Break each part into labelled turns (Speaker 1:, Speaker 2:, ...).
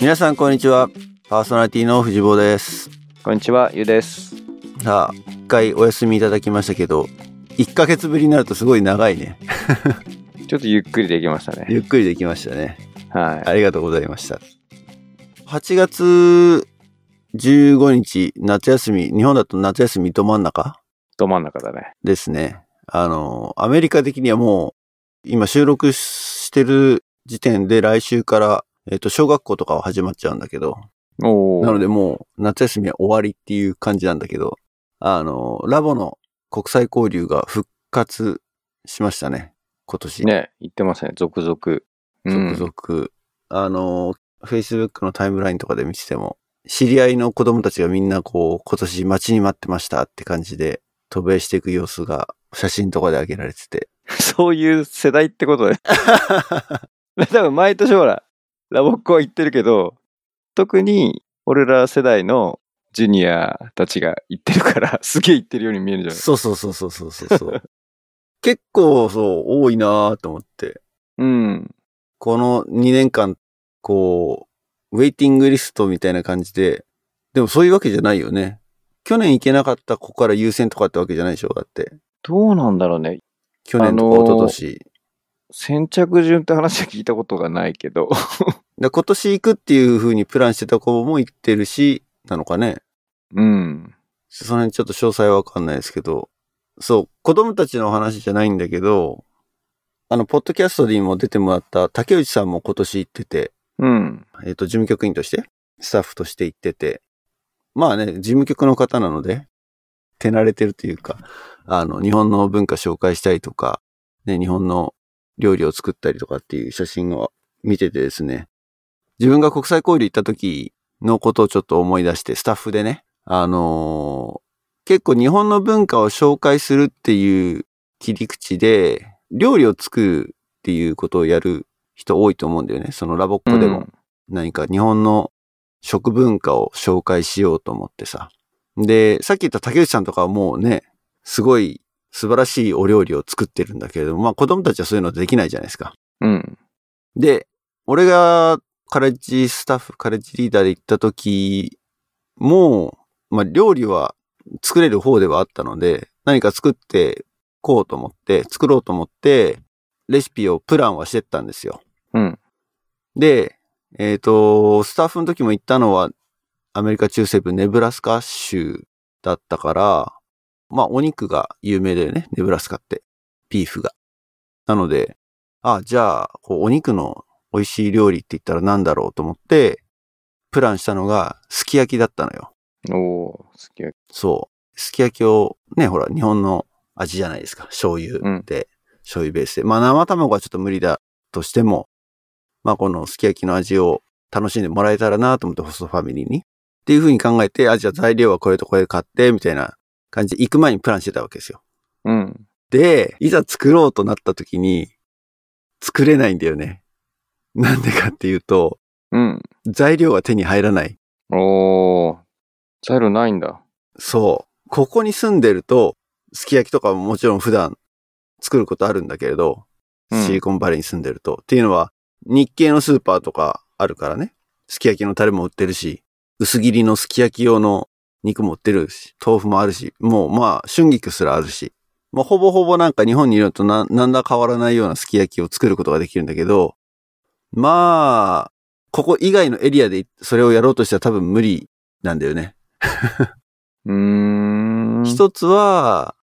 Speaker 1: 皆さんこんにちはパーソナリティの藤坊です
Speaker 2: こんにちは、ゆうです。
Speaker 1: さあ一回お休みいただきましたけど1ヶ月ぶりになるとすごい長いね
Speaker 2: ちょっとゆっくりできましたね。
Speaker 1: ゆっくりできましたね
Speaker 2: は
Speaker 1: ありがとうございました8月15日夏休み日本だと夏休みど真ん中
Speaker 2: い。ど真ん中だね。
Speaker 1: ですねあのアメリカ的にはもう今収録してる時点で来週からえっと、小学校とかは始まっちゃうんだけど、
Speaker 2: おお。
Speaker 1: なのでもう夏休みは終わりっていう感じなんだけど、あの、ラボの国際交流が復活しましたね、今年。。
Speaker 2: ね、言ってますね。続々。うん
Speaker 1: 続々。あの、Facebook のタイムラインとかで見てても、知り合いの子供たちがみんなこう、今年待ちに待ってましたって感じで、渡米していく様子が写真とかで上げられてて。
Speaker 2: そういう世代ってことで。 多分毎年ほら、ラボッコは行ってるけど、特に俺ら世代のジュニアたちが行ってるから、 すげえ行ってるように見えるじゃない
Speaker 1: そうそうそうそうそうそうそう。結構そう、多いなぁと思って。
Speaker 2: うん。
Speaker 1: この2年間、こう、ウェイティングリストみたいな感じで、でもそういうわけじゃないよね。去年行けなかった子から優先とかってわけじゃないでしょだって。
Speaker 2: どうなんだろうね。
Speaker 1: 去年とか
Speaker 2: あのー
Speaker 1: 一昨年。
Speaker 2: 先着順って話は聞いたことがない けど。
Speaker 1: で今年行くっていう風にプランしてた子も行ってるし、なのかね。
Speaker 2: うん。
Speaker 1: その辺ちょっと詳細はわかんないですけど。そう、子供たちの話じゃないんだけど、あの、ポッドキャストにも出てもらった竹内さんも今年行ってて、
Speaker 2: うん。
Speaker 1: えっ、と、事務局員として、スタッフとして行ってて、まあね、事務局の方なので、手慣れてるというか、あの、日本の文化紹介したりとか、ね、日本の料理を作ったりとかっていう写真を見ててですね、自分が国際交流行った時のことをちょっと思い出して、スタッフでね、あのー結構日本の文化を紹介するっていう切り口で、料理を作るっていうことをやる人多いと思うんだよね、そのラボっ子でも。何か日本の食文化を紹介しようと思ってさ。で、さっき言った竹内さんとかはもうね、すごい素晴らしいお料理を作ってるんだけれども、まあ子供たちはそういうのできないじゃないですか。
Speaker 2: うん。
Speaker 1: で、俺がカレッジスタッフ、カレッジリーダーで行った時も、まあ料理は作れる方ではあったので、何か作ってこうと思って、作ろうと思って、レシピをプランはしてったんですよ。
Speaker 2: うん。
Speaker 1: で、えっ、と、スタッフの時も行ったのは、アメリカ中西部ネブラスカ州だったから、まあお肉が有名だよね、ネブラスカって。ビーフが。なので、あ、じゃあ、こうお肉の美味しい料理って言ったら何だろうと思って、プランしたのが、すき焼きだったのよ。
Speaker 2: おおー、すげえ。
Speaker 1: そう。すき焼きを、ね、ほら、日本の味じゃないですか。醤油で、醤油ベースで。まあ、生卵はちょっと無理だとしても、まあ、このすき焼きの味を楽しんでもらえたらなと思って、ホストファミリーに。っていうふうに考えて、あ、じゃあ材料はこれとこれ買って、みたいな感じで、行く前にプランしてたわけですよ。
Speaker 2: うん。
Speaker 1: で、いざ作ろうとなった時に、作れないんだよね。なんでかっていうと、
Speaker 2: うん。
Speaker 1: 材料が手に入らない。
Speaker 2: おー、材料ないんだ。
Speaker 1: そう。ここに住んでると、すき焼きとかももちろん普段作ることあるんだけれど、
Speaker 2: うん
Speaker 1: シリコンバレーに住んでると。っていうのは、日系のスーパーとかあるからね。すき焼きのタレも売ってるし、薄切りのすき焼き用の肉も売ってるし、豆腐もあるし、もうまあ、春菊すらあるし。まあ、ほぼほぼなんか日本にいるのとな、なんだ変わらないようなすき焼きを作ることができるんだけど、まあ、ここ以外のエリアでそれをやろうとしたら多分無理なんだよね。
Speaker 2: うーん。
Speaker 1: 一つは、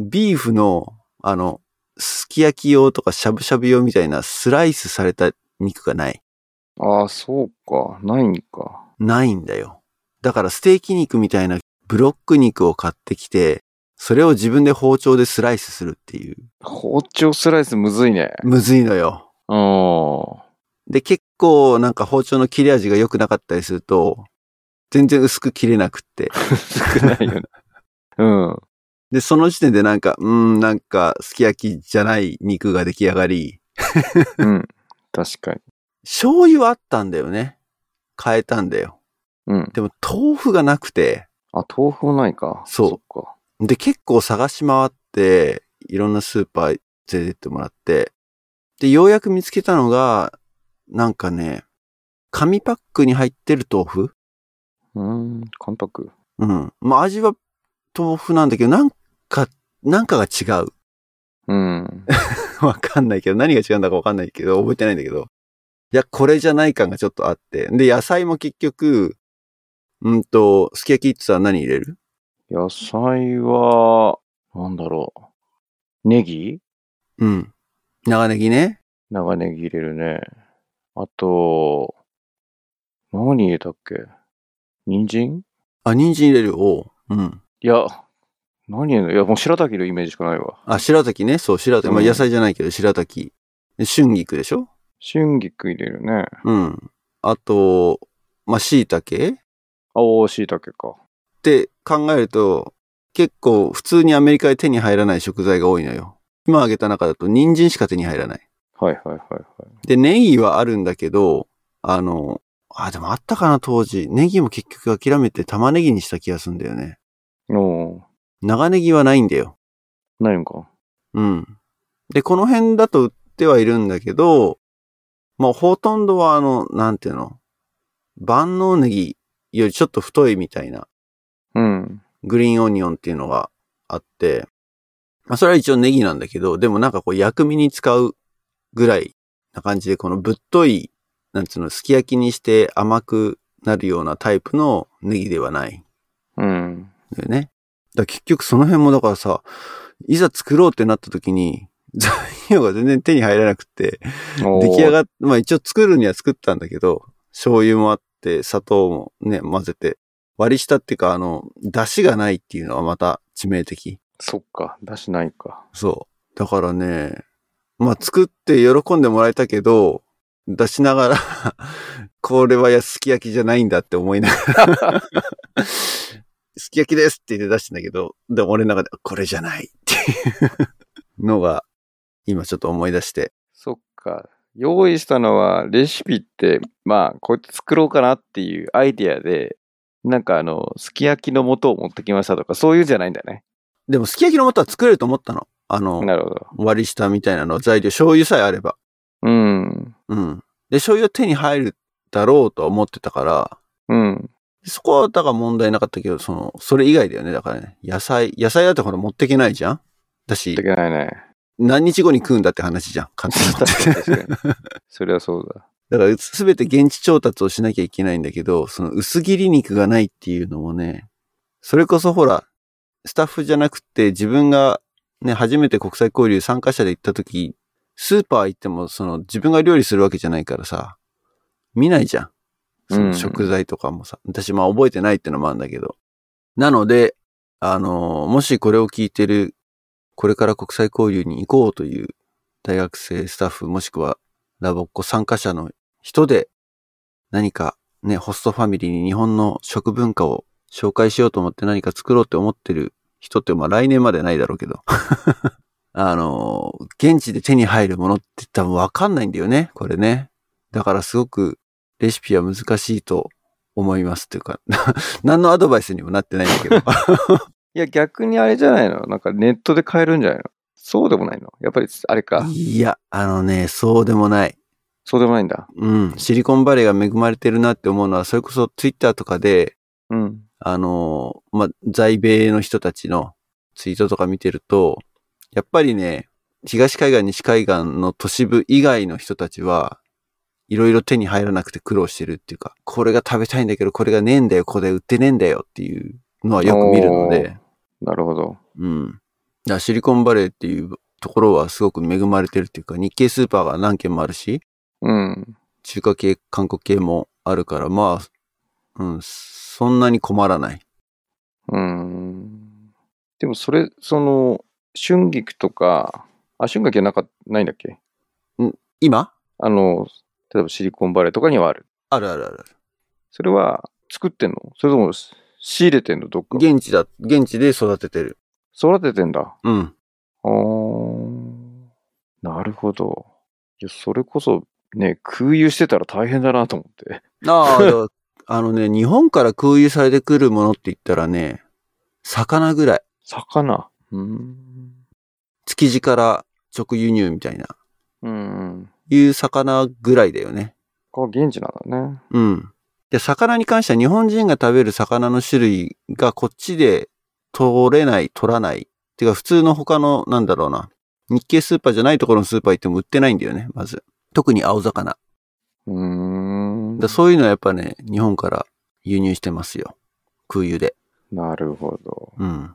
Speaker 1: ビーフの、あの、すき焼き用とかしゃぶしゃぶ用みたいなスライスされた肉がない。
Speaker 2: ああ、そうか。ないんか。
Speaker 1: ないんだよ。だからステーキ肉みたいなブロック肉を買ってきて、それを自分で包丁でスライスするっていう。
Speaker 2: 包丁スライスむずいね。
Speaker 1: むずいのよ。
Speaker 2: うん。
Speaker 1: で、結構なんか包丁の切れ味が良くなかったりすると、全然薄く切れなくって。
Speaker 2: 少な いよね。うん。
Speaker 1: で、その時点でなんか、うーん、なんかすき焼きじゃない肉が出来上がり、
Speaker 2: うん。確かに。
Speaker 1: 醤油はあったんだよね。変えたんだよ。
Speaker 2: うん。
Speaker 1: でも豆腐がなくて、
Speaker 2: あ、豆腐もないか。
Speaker 1: そう
Speaker 2: そっか。
Speaker 1: で、結構探し回って、いろんなスーパー連れてってもらって、で、ようやく見つけたのが、なんかね、紙パックに入ってる豆腐
Speaker 2: うん、関白。
Speaker 1: うん。まあ味は豆腐なんだけど、なんか、なんかが違う。
Speaker 2: うん。
Speaker 1: わかんないけど、何が違うんだかわかんないけど、覚えてないんだけど。いや、これじゃない感がちょっとあって。で、野菜も結局、うんと、すき焼きってさ、何入れる
Speaker 2: 野菜は、なんだろう。ネギ
Speaker 1: うん。長ネギね。
Speaker 2: 長ネギ入れるね。あと、何入れたっけ人参
Speaker 1: あ、人参入れる。おう。うん。
Speaker 2: いや、何入れるのいや、もう白滝のイメージしかないわ。
Speaker 1: あ、白滝ね。そう、白滝。まあ、
Speaker 2: うん
Speaker 1: 野菜じゃないけど、白滝。で春菊でしょ
Speaker 2: 春菊入れるね。
Speaker 1: うん。あと、まあ、椎茸っ
Speaker 2: 青椎茸か。
Speaker 1: て考えると、結構普通にアメリカで手に入らない食材が多いのよ。今挙げた中だと人参しか手に入らない。
Speaker 2: はいはいはいはい。
Speaker 1: で、ネギはあるんだけど、あの、あ、でもあったかな当時。ネギも結局諦めて玉ねぎにした気がするんだよね。
Speaker 2: おー
Speaker 1: 長ネギはないんだよ。
Speaker 2: ないんか。
Speaker 1: うん。で、この辺だと売ってはいるんだけど、まあほとんどはあの、なんていうの、万能ネギよりちょっと太いみたいな
Speaker 2: うん。
Speaker 1: グリーンオニオンっていうのがあって、まあそれは一応ネギなんだけど、でもなんかこう薬味に使うぐらいな感じで、このぶっとい、なんつうの、すき焼きにして甘くなるようなタイプのネギではないん
Speaker 2: うん。
Speaker 1: だよね。だから結局その辺もだからさ、いざ作ろうってなった時に、 材料が全然手に入らなくて、出来上
Speaker 2: っ
Speaker 1: がっ、まあ一応作るには作ったんだけど、醤油もあって、砂糖もね、混ぜて、割り下っていうか、あの、出汁がないっていうのはまた致命的。
Speaker 2: そっか。出しないか。
Speaker 1: そう。だからね、まあ作って喜んでもらえたけど、出しながら、 これはやすき焼きじゃないんだって思いながら、 すき焼きですって言って出してんだけど、でも俺の中で、これじゃないっていうのが、今ちょっと思い出して、
Speaker 2: そっか。用意したのは、レシピって、まあ、こうやって作ろうかなっていうアイディアで、なんかあの、すき焼きの素を持ってきましたとか、そういうんじゃないんだね。
Speaker 1: でも、すき焼きの素は作れると思ったの。あの、
Speaker 2: なるほど。
Speaker 1: 割り下みたいなの、材料、醤油さえあれば。
Speaker 2: うん。
Speaker 1: うん。で、醤油は手に入るだろうとは思ってたから、
Speaker 2: うん。
Speaker 1: そこはだから問題なかったけど、その、それ以外だよね。だからね、野菜、野菜だってほら持ってけないじゃんだ
Speaker 2: い
Speaker 1: し
Speaker 2: け、ない ね。
Speaker 1: 何日後に食うんだって話じゃん。簡単に
Speaker 2: 確かに確かに。それはそうだ。
Speaker 1: だから、すべて現地調達をしなきゃいけないんだけど、その薄切り肉がないっていうのもね、それこそほら、スタッフじゃなくて自分がね、初めて国際交流参加者で行った時、スーパー行ってもその自分が料理するわけじゃないからさ、見ないじゃん。そ
Speaker 2: うん
Speaker 1: の食材とかもさ、私まあ覚えてないってのもあるんだけど。なので、あのーもしこれを聞いてる、これから国際交流に行こうという大学生スタッフもしくはラボっ子参加者の人で何かね、ホストファミリーに日本の食文化を紹介しようと思って何か作ろうって思ってる人って、まあ来年までないだろうけど。 あの、現地で手に入るものって多分わかんないんだよね、これね。だからすごくレシピは難しいと思いますっていうか、 な何のアドバイスにもなって ないんだけど。
Speaker 2: いや、逆にあれじゃないのなんかネットで買えるんじゃないのそうでもないのやっぱり、あれか。
Speaker 1: いや、あのね、そうでもない。
Speaker 2: そうでもないんだ。
Speaker 1: うん、シリコンバレーが恵まれてるなって思うのは、それこそツイッターとかで、
Speaker 2: うん。
Speaker 1: あの、まあ、在米の人たちのツイートとか見てると、やっぱりね、東海岸、西海岸の都市部以外の人たちは、いろいろ手に入らなくて苦労してるっていうか、これが食べたいんだけど、これがねえんだよ、これ売ってねえんだよっていうのはよく見るので、
Speaker 2: なるほど。
Speaker 1: うん。だからシリコンバレーっていうところはすごく恵まれてるっていうか、日系スーパーが何軒もあるし、
Speaker 2: うん。
Speaker 1: 中華系、韓国系もあるから、まあ、うん、そんなに困らない。
Speaker 2: うーん。でもそれ、その、春菊とか、あ、春菊はなかないんだっけ
Speaker 1: 今
Speaker 2: あの、例えばシリコンバレーとかにはある。
Speaker 1: あるあるある。
Speaker 2: それは作ってんのそれともし仕入れてんのどっか。
Speaker 1: 現地だ、現地で育ててる。
Speaker 2: 育ててんだ。
Speaker 1: うん。
Speaker 2: あーなるほど。いや、それこそ、ね、空輸してたら大変だなと思って。
Speaker 1: あ あ、だからあのね、日本から空輸されてくるものって言ったらね、魚ぐらい。
Speaker 2: 魚。うーん。
Speaker 1: 築地から直輸入みたいな、
Speaker 2: うん。
Speaker 1: いう魚ぐらいだよね。
Speaker 2: ここ現地なんだね。
Speaker 1: うん。で、魚に関しては日本人が食べる魚の種類がこっちで取れない、取らない。てか普通の他の、なんだろうな。日系スーパーじゃないところのスーパー行っても売ってないんだよね、まず。特に青魚。
Speaker 2: うーん。
Speaker 1: だそういうのはやっぱね、日本から輸入してますよ。空輸で。
Speaker 2: なるほど。
Speaker 1: うん。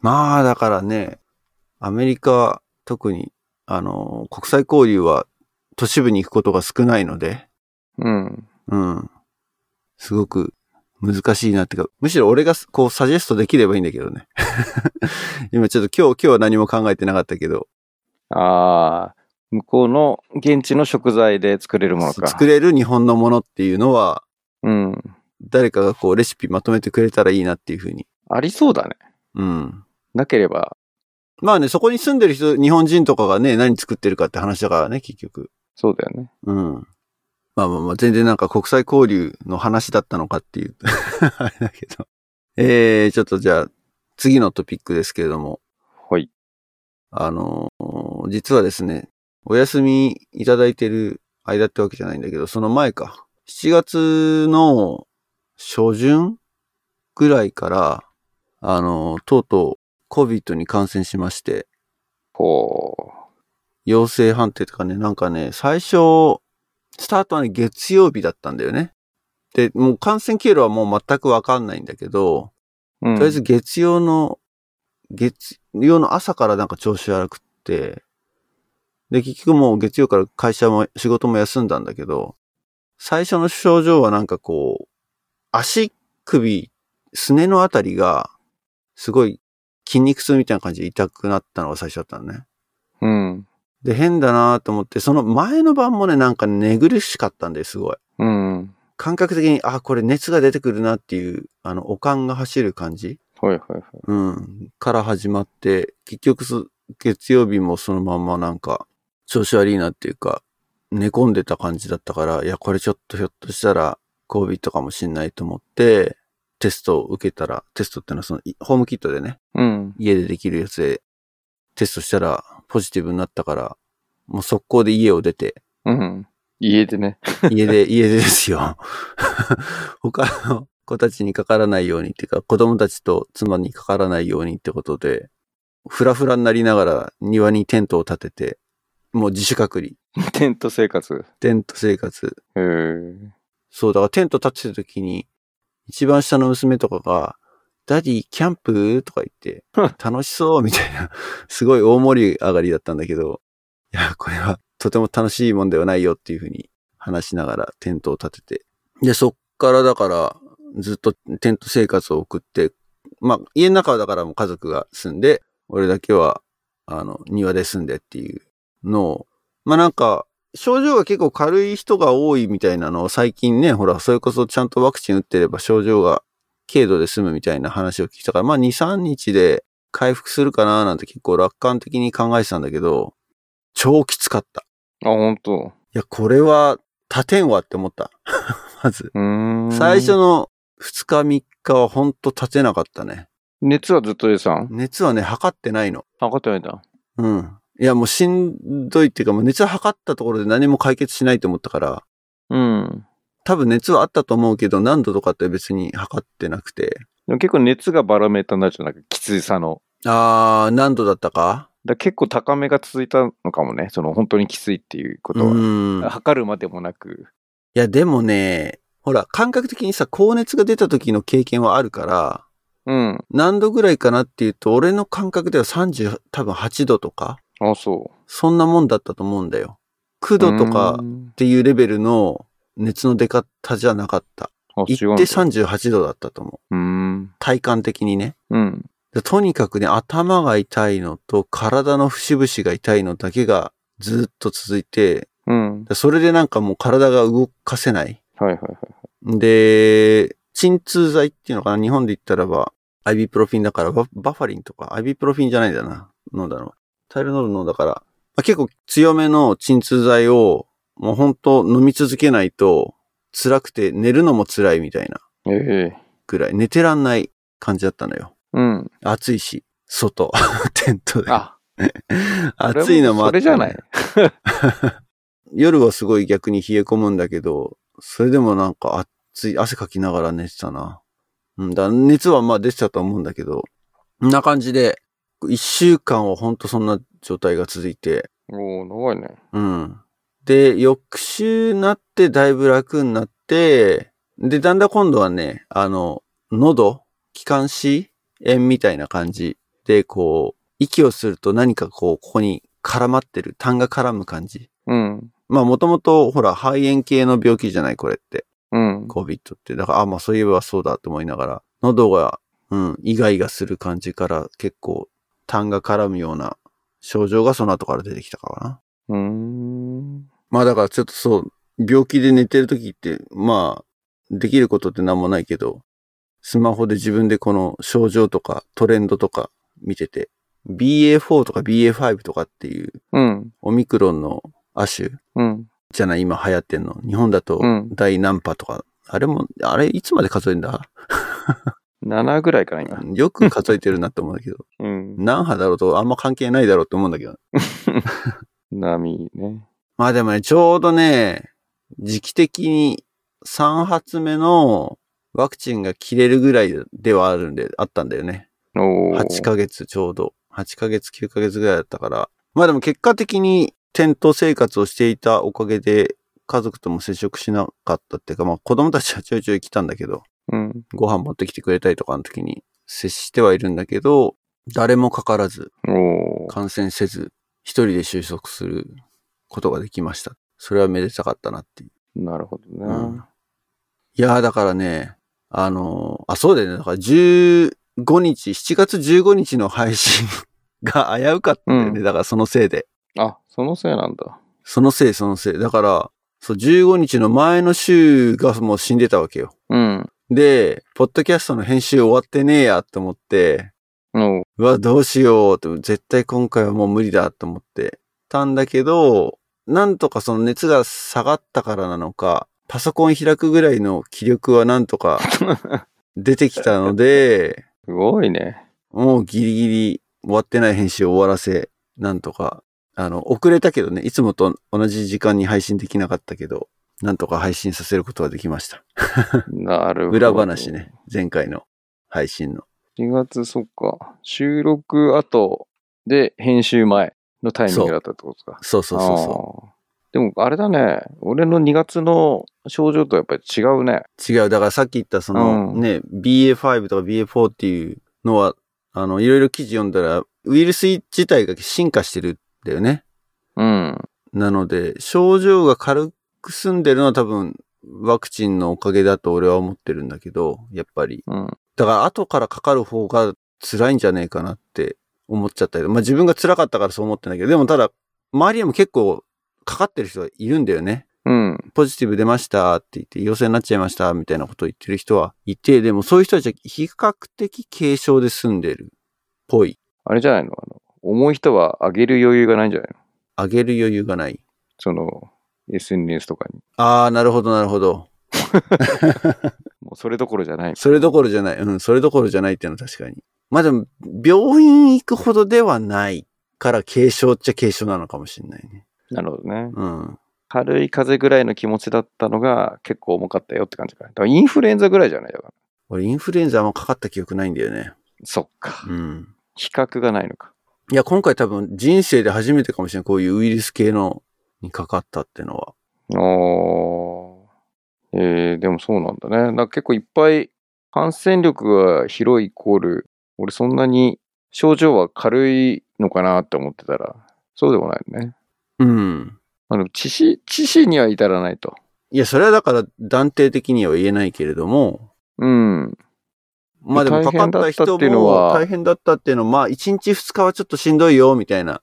Speaker 1: まあ、だからね、アメリカ、特に、あの、国際交流は都市部に行くことが少ないので、
Speaker 2: うん。
Speaker 1: うん。すごく難しいなってか、むしろ俺がこうサジェストできればいいんだけどね。 今ちょっと今日、今日は何も考えてなかったけど、
Speaker 2: ああ、向こうの現地の食材で作れるものか。
Speaker 1: 作れる日本のものっていうのは、
Speaker 2: うん。
Speaker 1: 誰かがこうレシピまとめてくれたらいいなっていうふうに。
Speaker 2: ありそうだね。
Speaker 1: うん。
Speaker 2: なければ、
Speaker 1: まあね、そこに住んでる人、日本人とかがね、何作ってるかって話だからね、結局。
Speaker 2: そうだよね。
Speaker 1: うん。まあまあまあ、全然なんか国際交流の話だったのかっていう。 あれだけど。えー、ちょっとじゃあ、次のトピックですけれども。
Speaker 2: はい。
Speaker 1: あのー実はですね、お休みいただいてる間ってわけじゃないんだけど、その前か。7月の初旬ぐらいから、あのーとうとう COVID に感染しまして、
Speaker 2: ほ
Speaker 1: 陽性判定とかね、なんかね、最初、スタートはね、月曜日だったんだよね。で、もう感染経路はもう全くわかんないんだけど、
Speaker 2: う。うん
Speaker 1: とりあえず、月曜の、月曜の朝からなんか調子悪くって、で、結局もう月曜から会社も仕事も休んだんだけど、最初の症状はなんかこう、足首、すねのあたりが、すごい筋肉痛みたいな感じで痛くなったのが最初だったのね。
Speaker 2: うん。
Speaker 1: で、変だなと思って、その前の晩もね、なんか寝苦しかったんですごい。
Speaker 2: うん。
Speaker 1: 感覚的に、あ、これ熱が出てくるなっていう、あの、お感が走る感じ
Speaker 2: はいはいはい。
Speaker 1: うん。から始まって、結局そ月曜日もそのまんまなんか、調子悪いなっていうか、寝込んでた感じだったから、いや、これちょっとひょっとしたら、COVID とかもしんないと思って、テストを受けたら、テストってのはその、いホームキットでね、
Speaker 2: うん。
Speaker 1: 家でできるやつで、テストしたら、ポジティブになったから、もう速攻で家を出て、
Speaker 2: うん。家でね。
Speaker 1: 家で、家でですよ。 他の子たちにかからないようにっていうか、子供たちと妻にかからないようにってことで、ふらふらになりながら庭にテントを立てて、もう自主隔離。
Speaker 2: テント生活。
Speaker 1: テント生活。
Speaker 2: へえ。
Speaker 1: そう、だからテント立ててる時に、一番下の娘とかが、ダディ、キャンプとか言って、楽しそうみたいな、すごい大盛り上がりだったんだけど、いや、これはとても楽しいもんではないよっていうふうに話しながらテントを立てて。で、そっからだから、ずっとテント生活を送って、まあ、家の中はだからもう家族が住んで、俺だけは、あの、庭で住んでっていうのを、まあなんか、症状が結構軽い人が多いみたいなのを最近ね、ほら、それこそちゃんとワクチン打ってれば症状が軽度で済むみたいな話を聞いたから、まあ2、3日で回復するかななんて結構楽観的に考えてたんだけど、超きつかった。
Speaker 2: あ、ほんと。
Speaker 1: いや、これは、他点はって思った。 まず。
Speaker 2: うーん。
Speaker 1: 最初。の2日3日はほんと立てなかったね。
Speaker 2: 熱はずっと出てたん
Speaker 1: 熱はね、測ってないの。
Speaker 2: 測ってないんだ。
Speaker 1: うん。いや、もうしんどいっていうか、もう熱測ったところで何も解決しないと思ったから、
Speaker 2: うん。
Speaker 1: 多分熱はあったと思うけど、何度とかって別に測ってなくて。
Speaker 2: でも結構熱がバロメーターになるじゃんなんかきついさの。
Speaker 1: あー、何度だったか
Speaker 2: だから結構高めが続いたのかもね。その本当にきついっていうことは。
Speaker 1: うん。い
Speaker 2: 測るまでもなく。
Speaker 1: や、でもね、ほら、感覚的にさ、高熱が出た時の経験はあるから、
Speaker 2: うん。
Speaker 1: 何度ぐらいかなっていうと、俺の感覚では30、多分8度とか、
Speaker 2: あ、そ
Speaker 1: そんなもんだったと思うんだよ。9
Speaker 2: う。
Speaker 1: 度とか
Speaker 2: うー
Speaker 1: っ
Speaker 2: ん。
Speaker 1: ていうレベルの熱の出方じゃなかった。
Speaker 2: あ、
Speaker 1: 行
Speaker 2: 違う
Speaker 1: っ
Speaker 2: ん
Speaker 1: て
Speaker 2: だ。
Speaker 1: 38度だったと思う。
Speaker 2: うーん。
Speaker 1: 体感的にね。
Speaker 2: うん。
Speaker 1: でとにかくね、頭が痛いのと体の節々が痛いのだけがずっと続いて、
Speaker 2: うん。
Speaker 1: でそれでなんかもう体が動かせない。
Speaker 2: はいはいはい。
Speaker 1: で、鎮痛剤っていうのかな日本で言ったらば、アイビプロフィンだからバ、バファリンとか、アイビプロフィンじゃないんだな。飲んだの。タイルノール飲んだから、まあ、結構強めの鎮痛剤を、もう本当飲み続けないと、辛くて寝るのも辛いみたいな
Speaker 2: ええ
Speaker 1: ぐらい、寝てらんない感じだったのよ。
Speaker 2: うん。
Speaker 1: 暑いし、外、 テントで。
Speaker 2: あ、
Speaker 1: 暑いのもあ
Speaker 2: そ
Speaker 1: って
Speaker 2: れじゃない。
Speaker 1: 夜はすごい逆に冷え込むんだけど、それでもなんか暑い、汗かきながら寝てたな。うんだ、熱はまあ出てたと思うんだけど、こんな感じで、一週間はほんとそんな状態が続いて、
Speaker 2: おお長いね。
Speaker 1: うん。で、翌週になってだいぶ楽になって、で、だんだん今度はね、あの、喉、気管支炎みたいな感じで、こう、息をすると何かこう、ここに絡まってる、痰が絡む感じ。
Speaker 2: うん。
Speaker 1: まあ、もともと、ほら、肺炎系の病気じゃない、これって。
Speaker 2: うん。
Speaker 1: COVID って。だから、あ、まあそういえばそうだと思いながら、喉が、うん、イガイガする感じから結構、痰が絡むような症状がその後から出てきたかな。
Speaker 2: うーん。
Speaker 1: まあだからちょっとそう、病気で寝てる時って、まあ、できることって何もないけど、スマホで自分でこの症状とかトレンドとか見てて、BA4 とか BA5 とかっていう
Speaker 2: うん。
Speaker 1: オミクロンの亜種
Speaker 2: うん。
Speaker 1: じゃない今流行ってんの。日本だと
Speaker 2: うん
Speaker 1: 第何波とか、あれも、あれいつまで数えるんだ
Speaker 2: 7ぐらいかな、今。
Speaker 1: よく数えてるなって思うんだけど、
Speaker 2: うん。
Speaker 1: 何波だろうとあんま関係ないだろうって思うんだけど。
Speaker 2: 波ね。
Speaker 1: まあでもね、ちょうどね、時期的に3発目のワクチンが切れるぐらいではあるんで、あったんだよね。
Speaker 2: おお。
Speaker 1: 8ヶ月ちょうど。8ヶ月、9ヶ月ぐらいだったから。まあでも結果的にテント生活をしていたおかげで、家族とも接触しなかったっていうか、まあ子供たちはちょいちょい来たんだけど、
Speaker 2: うん。
Speaker 1: ご飯持ってきてくれたりとかの時に接してはいるんだけど、誰もかからず、
Speaker 2: おお。
Speaker 1: 感染せず、一人で収束することができました。それはめでたかったなっていう。
Speaker 2: なるほどね。
Speaker 1: うんいやー、だからね、あのーあ、そうだよね。だから15日、7月15日の配信が危うかったんだよね。
Speaker 2: う
Speaker 1: だからそのせいで。
Speaker 2: あ、そのせいなんだ。
Speaker 1: そのせい、そのせい。だから、そう、15日の前の週がもう死んでたわけよ。
Speaker 2: うん。
Speaker 1: で、ポッドキャストの編集終わってねえやと思って、
Speaker 2: おお。
Speaker 1: うわ、どうしようって、絶対今回はもう無理だと思ってたんだけど、なんとかその熱が下がったからなのか、パソコン開くぐらいの気力はなんとか出てきたので、
Speaker 2: すごい ね。
Speaker 1: もうギリギリ終わってない編集を終わらせ、なんとか、あの、遅れたけどね、いつもと同じ時間に配信できなかったけど、なんとか配信させることができました。
Speaker 2: なるほど。
Speaker 1: 裏話ね。、前回の配信の。
Speaker 2: 4月、そっか。収録後で編集前のタイミングだったってことか。
Speaker 1: そうそうそうそう。
Speaker 2: う。でも、あれだね。俺の2月の症状とやっぱり違うね。
Speaker 1: 違う。だからさっき言ったその、
Speaker 2: うん
Speaker 1: ね、BA5 とか BA4 っていうのは、あの、いろいろ記事読んだら、ウイルス自体が進化してるんだよね。
Speaker 2: うん。
Speaker 1: なので、症状が軽く済んでるのは多分、ワクチンのおかげだと俺は思ってるんだけど、やっぱり。
Speaker 2: うん。
Speaker 1: だから後からかかる方が辛いんじゃねえかなって思っちゃったり、まあ自分が辛かったからそう思ってんだけど、でもただ、周りにも結構かかってる人がいるんだよね。
Speaker 2: うん。
Speaker 1: ポジティブ出ましたって言って、陽性になっちゃいましたみたいなことを言ってる人はいて、でもそういう人たちは比較的軽症で済んでるっぽい。
Speaker 2: あれじゃないのあの重い人は上げる余裕がないんじゃないの
Speaker 1: 上げる余裕がない。
Speaker 2: その、SNS とかに。
Speaker 1: あー、なるほど、なるほど。
Speaker 2: もうそれどころじゃない。
Speaker 1: それどころじゃない。うん、それどころじゃないっていうのは確かに。まあでも、病院行くほどではないから軽症っちゃ軽症なのかもしれないね。
Speaker 2: なるほどね。
Speaker 1: うん。
Speaker 2: 軽い風邪ぐらいの気持ちだったのが結構重かったよって感じか。だからインフルエンザぐらいじゃないだから。
Speaker 1: 俺、インフルエンザあんまかかった記憶ないんだよね。
Speaker 2: そっか。
Speaker 1: うん。
Speaker 2: 比較がないのか。
Speaker 1: いや、今回多分人生で初めてかもしれない。こういうウイルス系のにかかったってのは。
Speaker 2: おー。えー、でもそうなんだね。なんか結構いっぱい感染力が広いイコール、俺そんなに症状は軽いのかなって思ってたら、そうでもないね。
Speaker 1: うん。
Speaker 2: あの、致死、致死には至らないと。
Speaker 1: いや、それはだから断定的には言えないけれども、
Speaker 2: うん。
Speaker 1: まあでもかかった人も大
Speaker 2: 大
Speaker 1: 変だったっていうのは、まあ1日2日はちょっとしんどいよ、みたいな。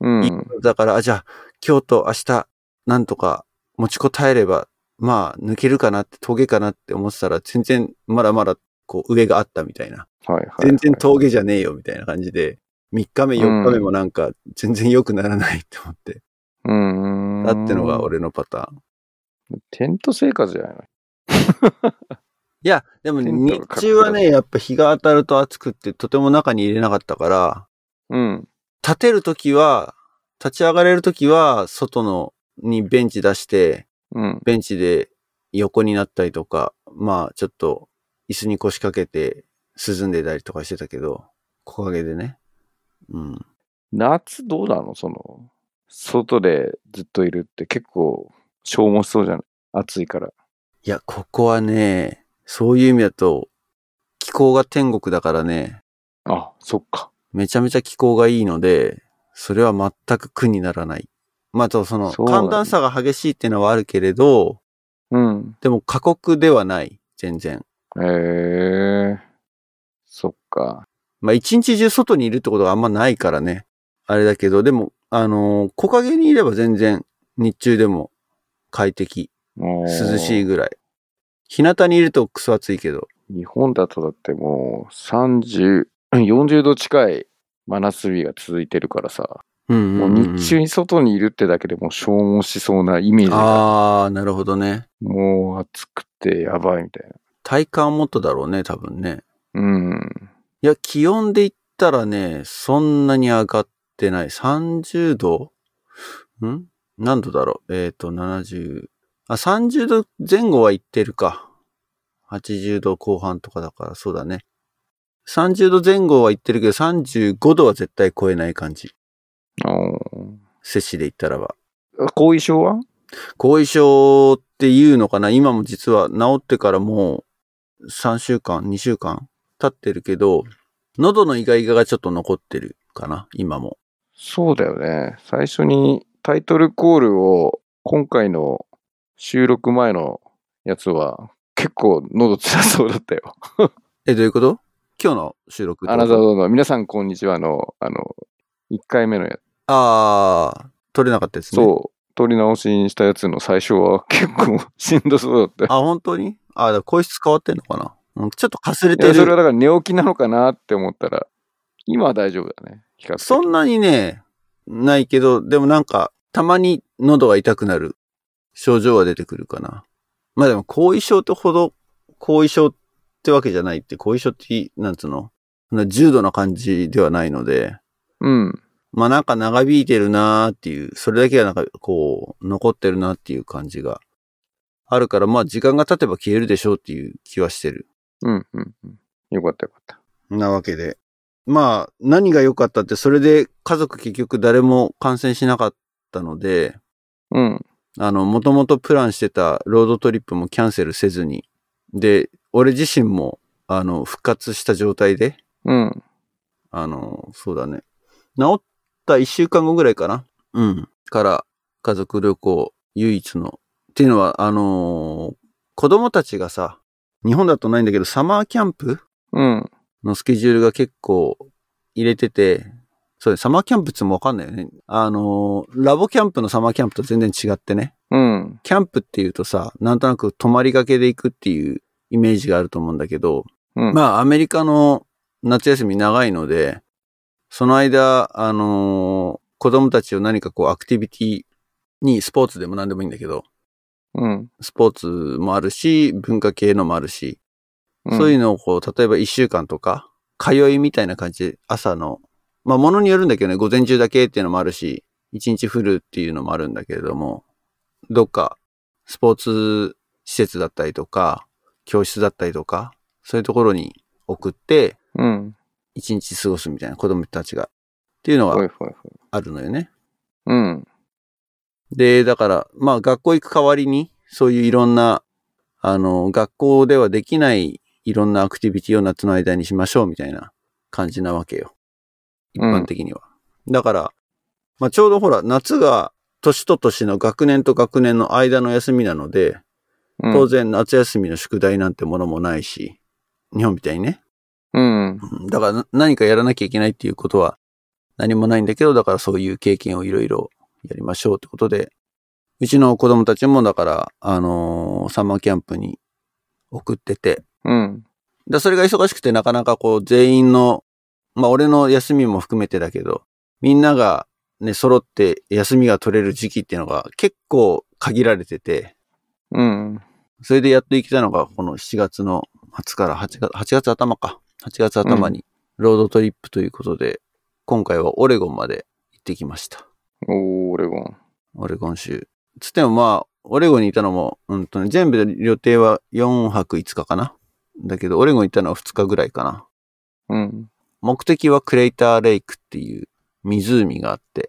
Speaker 2: うん。
Speaker 1: だから、あ、じゃあ今日と明日、なんとか持ちこたえれば、まあ抜けるかなって、峠かなって思ってたら、全然まだまだこう上があったみたいな。
Speaker 2: はいはい、はい。
Speaker 1: 全然峠じゃねえよ、みたいな感じで。3日目、4日目もなんか全然良くならないって思って。
Speaker 2: うん。
Speaker 1: だってのが。俺のパターン。
Speaker 2: テント生活じゃないの
Speaker 1: いや、でも
Speaker 2: テント
Speaker 1: 日
Speaker 2: がかかる
Speaker 1: 中はね、やっぱ日が当たると暑くってとても中に入れなかったから、
Speaker 2: うん。
Speaker 1: 立てるときは、立ち上がれるときは、外のにベンチ出して、
Speaker 2: うん。
Speaker 1: ベンチで横になったりとか、まあちょっと椅子に腰掛けて涼んでたりとかしてたけど、木陰でね。うん。
Speaker 2: 夏どうなのその、外でずっといるって結構消耗しそうじゃない暑いから。
Speaker 1: いや、ここはね、そういう意味だと、気候が天国だからね、
Speaker 2: あ、そっか。
Speaker 1: めちゃめちゃ気候がいいので、それは全く苦にならない。まあ、あとその、
Speaker 2: そうなんだ
Speaker 1: 寒暖差が激しいっていうのはあるけれど、
Speaker 2: うん。
Speaker 1: でも過酷ではない、全然。
Speaker 2: へえ。そっか。
Speaker 1: まあ、一日中外にいるってことがあんまないからね。あれだけど、でも、あのー木陰にいれば全然、日中でも快適、
Speaker 2: 涼
Speaker 1: 涼しいぐらい。日向にいるとクソ暑いけど。
Speaker 2: 日本だとだってもう30、40度近い真夏日が続いてるからさ、
Speaker 1: うん
Speaker 2: もう日中に外にいるってだけでもう消耗しそうなイメージが、
Speaker 1: ああ、なるほどね。
Speaker 2: もう暑くてやばいみたい
Speaker 1: 体感はもっとだろうね、多分ね。
Speaker 2: な。うん。
Speaker 1: いや、気温で言ったらね、そんなに上がってない。30度ん何度だろうえっ、と、70。あ、30度前後は行ってるか。80度後半とかだから、そうだね。30度前後は行ってるけど、35度は絶対超えない感じ。
Speaker 2: お
Speaker 1: 摂氏で言ったらば。
Speaker 2: ー後遺症は
Speaker 1: 後遺症っていうのかな今も実は治ってからもう3週間、2週間経ってるけど、喉のイガイガがちょっと残ってるかな今も。
Speaker 2: そうだよね。最初にタイトルコールを今回の収録前のやつは結構喉辛そうだったよ。
Speaker 1: え、どういうこと今日の収録
Speaker 2: アナザードーの皆さんこんにちはの、あの、1回目のやつ。
Speaker 1: あー、取れなかったですね。う。
Speaker 2: そう。撮り直しにしたやつの最初は結構しんどそうだったよ。
Speaker 1: あ、本当にあ、だから声質変わってんのかなうんちょっとかすれ
Speaker 2: いや
Speaker 1: て
Speaker 2: それは
Speaker 1: る。
Speaker 2: だから寝起きなのかなって思ったら、今は大丈夫だね。比較的
Speaker 1: そんなにね、ないけど、でもなんか、たまに喉が痛くなる症状は出てくるかな。まあでも、後遺症ってほど、後遺症ってわけじゃないって、後遺症って、なんつうのそんな重度な感じではないので、
Speaker 2: うん。
Speaker 1: まあなんか長引いてるなーっていう、それだけがなんかこう、残ってるなっていう感じがあるから、まあ時間が経てば消えるでしょうっていう気はしてる。
Speaker 2: うん。うん。うんよかったよかった。
Speaker 1: なわけで。まあ何が良かったって、それで家族結局誰も感染しなかったので、
Speaker 2: うん。
Speaker 1: あの、もともとプランしてたロードトリップもキャンセルせずに、で、俺自身も、あの、復活した状態で、
Speaker 2: うん。
Speaker 1: あの、そうだね。治った一週間後ぐらいかなうん。から、家族旅行、唯一の。っていうのは、あのー子供たちがさ、日本だとないんだけど、サマーキャンプ
Speaker 2: うん。
Speaker 1: のスケジュールが結構入れてて、そうね、サマーキャンプっつってもわかんないよね。あのーラボキャンプのサマーキャンプと全然違ってね。
Speaker 2: うん。
Speaker 1: キャンプっていうとさ、なんとなく泊まりがけで行くっていうイメージがあると思うんだけど、
Speaker 2: うん。
Speaker 1: まあ、アメリカの夏休み長いので、その間、あのー子供たちを何かこう、アクティビティに、スポーツでも何でもいいんだけど、
Speaker 2: うん。
Speaker 1: スポーツもあるし、文化系のもあるし、
Speaker 2: うん
Speaker 1: そういうのをこう、例えば一週間とか、通いみたいな感じで、朝の、まあ、ものによるんだけどね、午前中だけっていうのもあるし、一日フルっていうのもあるんだけれども、どっか、スポーツ施設だったりとか、教室だったりとか、そういうところに送って、
Speaker 2: うん。
Speaker 1: 一日過ごすみたいな子供たちが。っていうの
Speaker 2: ほ
Speaker 1: が
Speaker 2: いほいほい。
Speaker 1: あるのよね。
Speaker 2: うん。
Speaker 1: で、だから、まあ学校行く代わりに、そういういろんな、あの、学校ではできないいろんなアクティビティを夏の間にしましょうみたいな感じなわけよ。一般的には。だから、まあちょうどほら、夏が年と年の学年と学年の間の休みなので、
Speaker 2: うん
Speaker 1: 当然夏休みの宿題なんてものもないし、日本みたいにね、
Speaker 2: うん。
Speaker 1: うんだからな何かやらなきゃいけないっていうことは何もないんだけど、だからそういう経験をいろいろやりましょうってことで、うちの子供たちもだから、あのーサマーキャンプに送ってて、
Speaker 2: うん。
Speaker 1: だそれが忙しくてなかなかこう全員の、まあ俺の休みも含めてだけど、みんながね、揃って休みが取れる時期っていうのが結構限られてて、
Speaker 2: うん。
Speaker 1: それでやっと行きたのが、この7月の末から8月、8月頭か。8月頭に、ロードトリップということで、今回はオレゴンまで行ってきました。
Speaker 2: おー、オレゴン。
Speaker 1: オレゴン州。つってもまあ、オレゴンにいたのも、うんとね、全部で予定は4泊5日かな。だけど、オレゴンにいたのは2日ぐらいかな。
Speaker 2: うん。
Speaker 1: 目的はクレイターレイクっていう湖があって、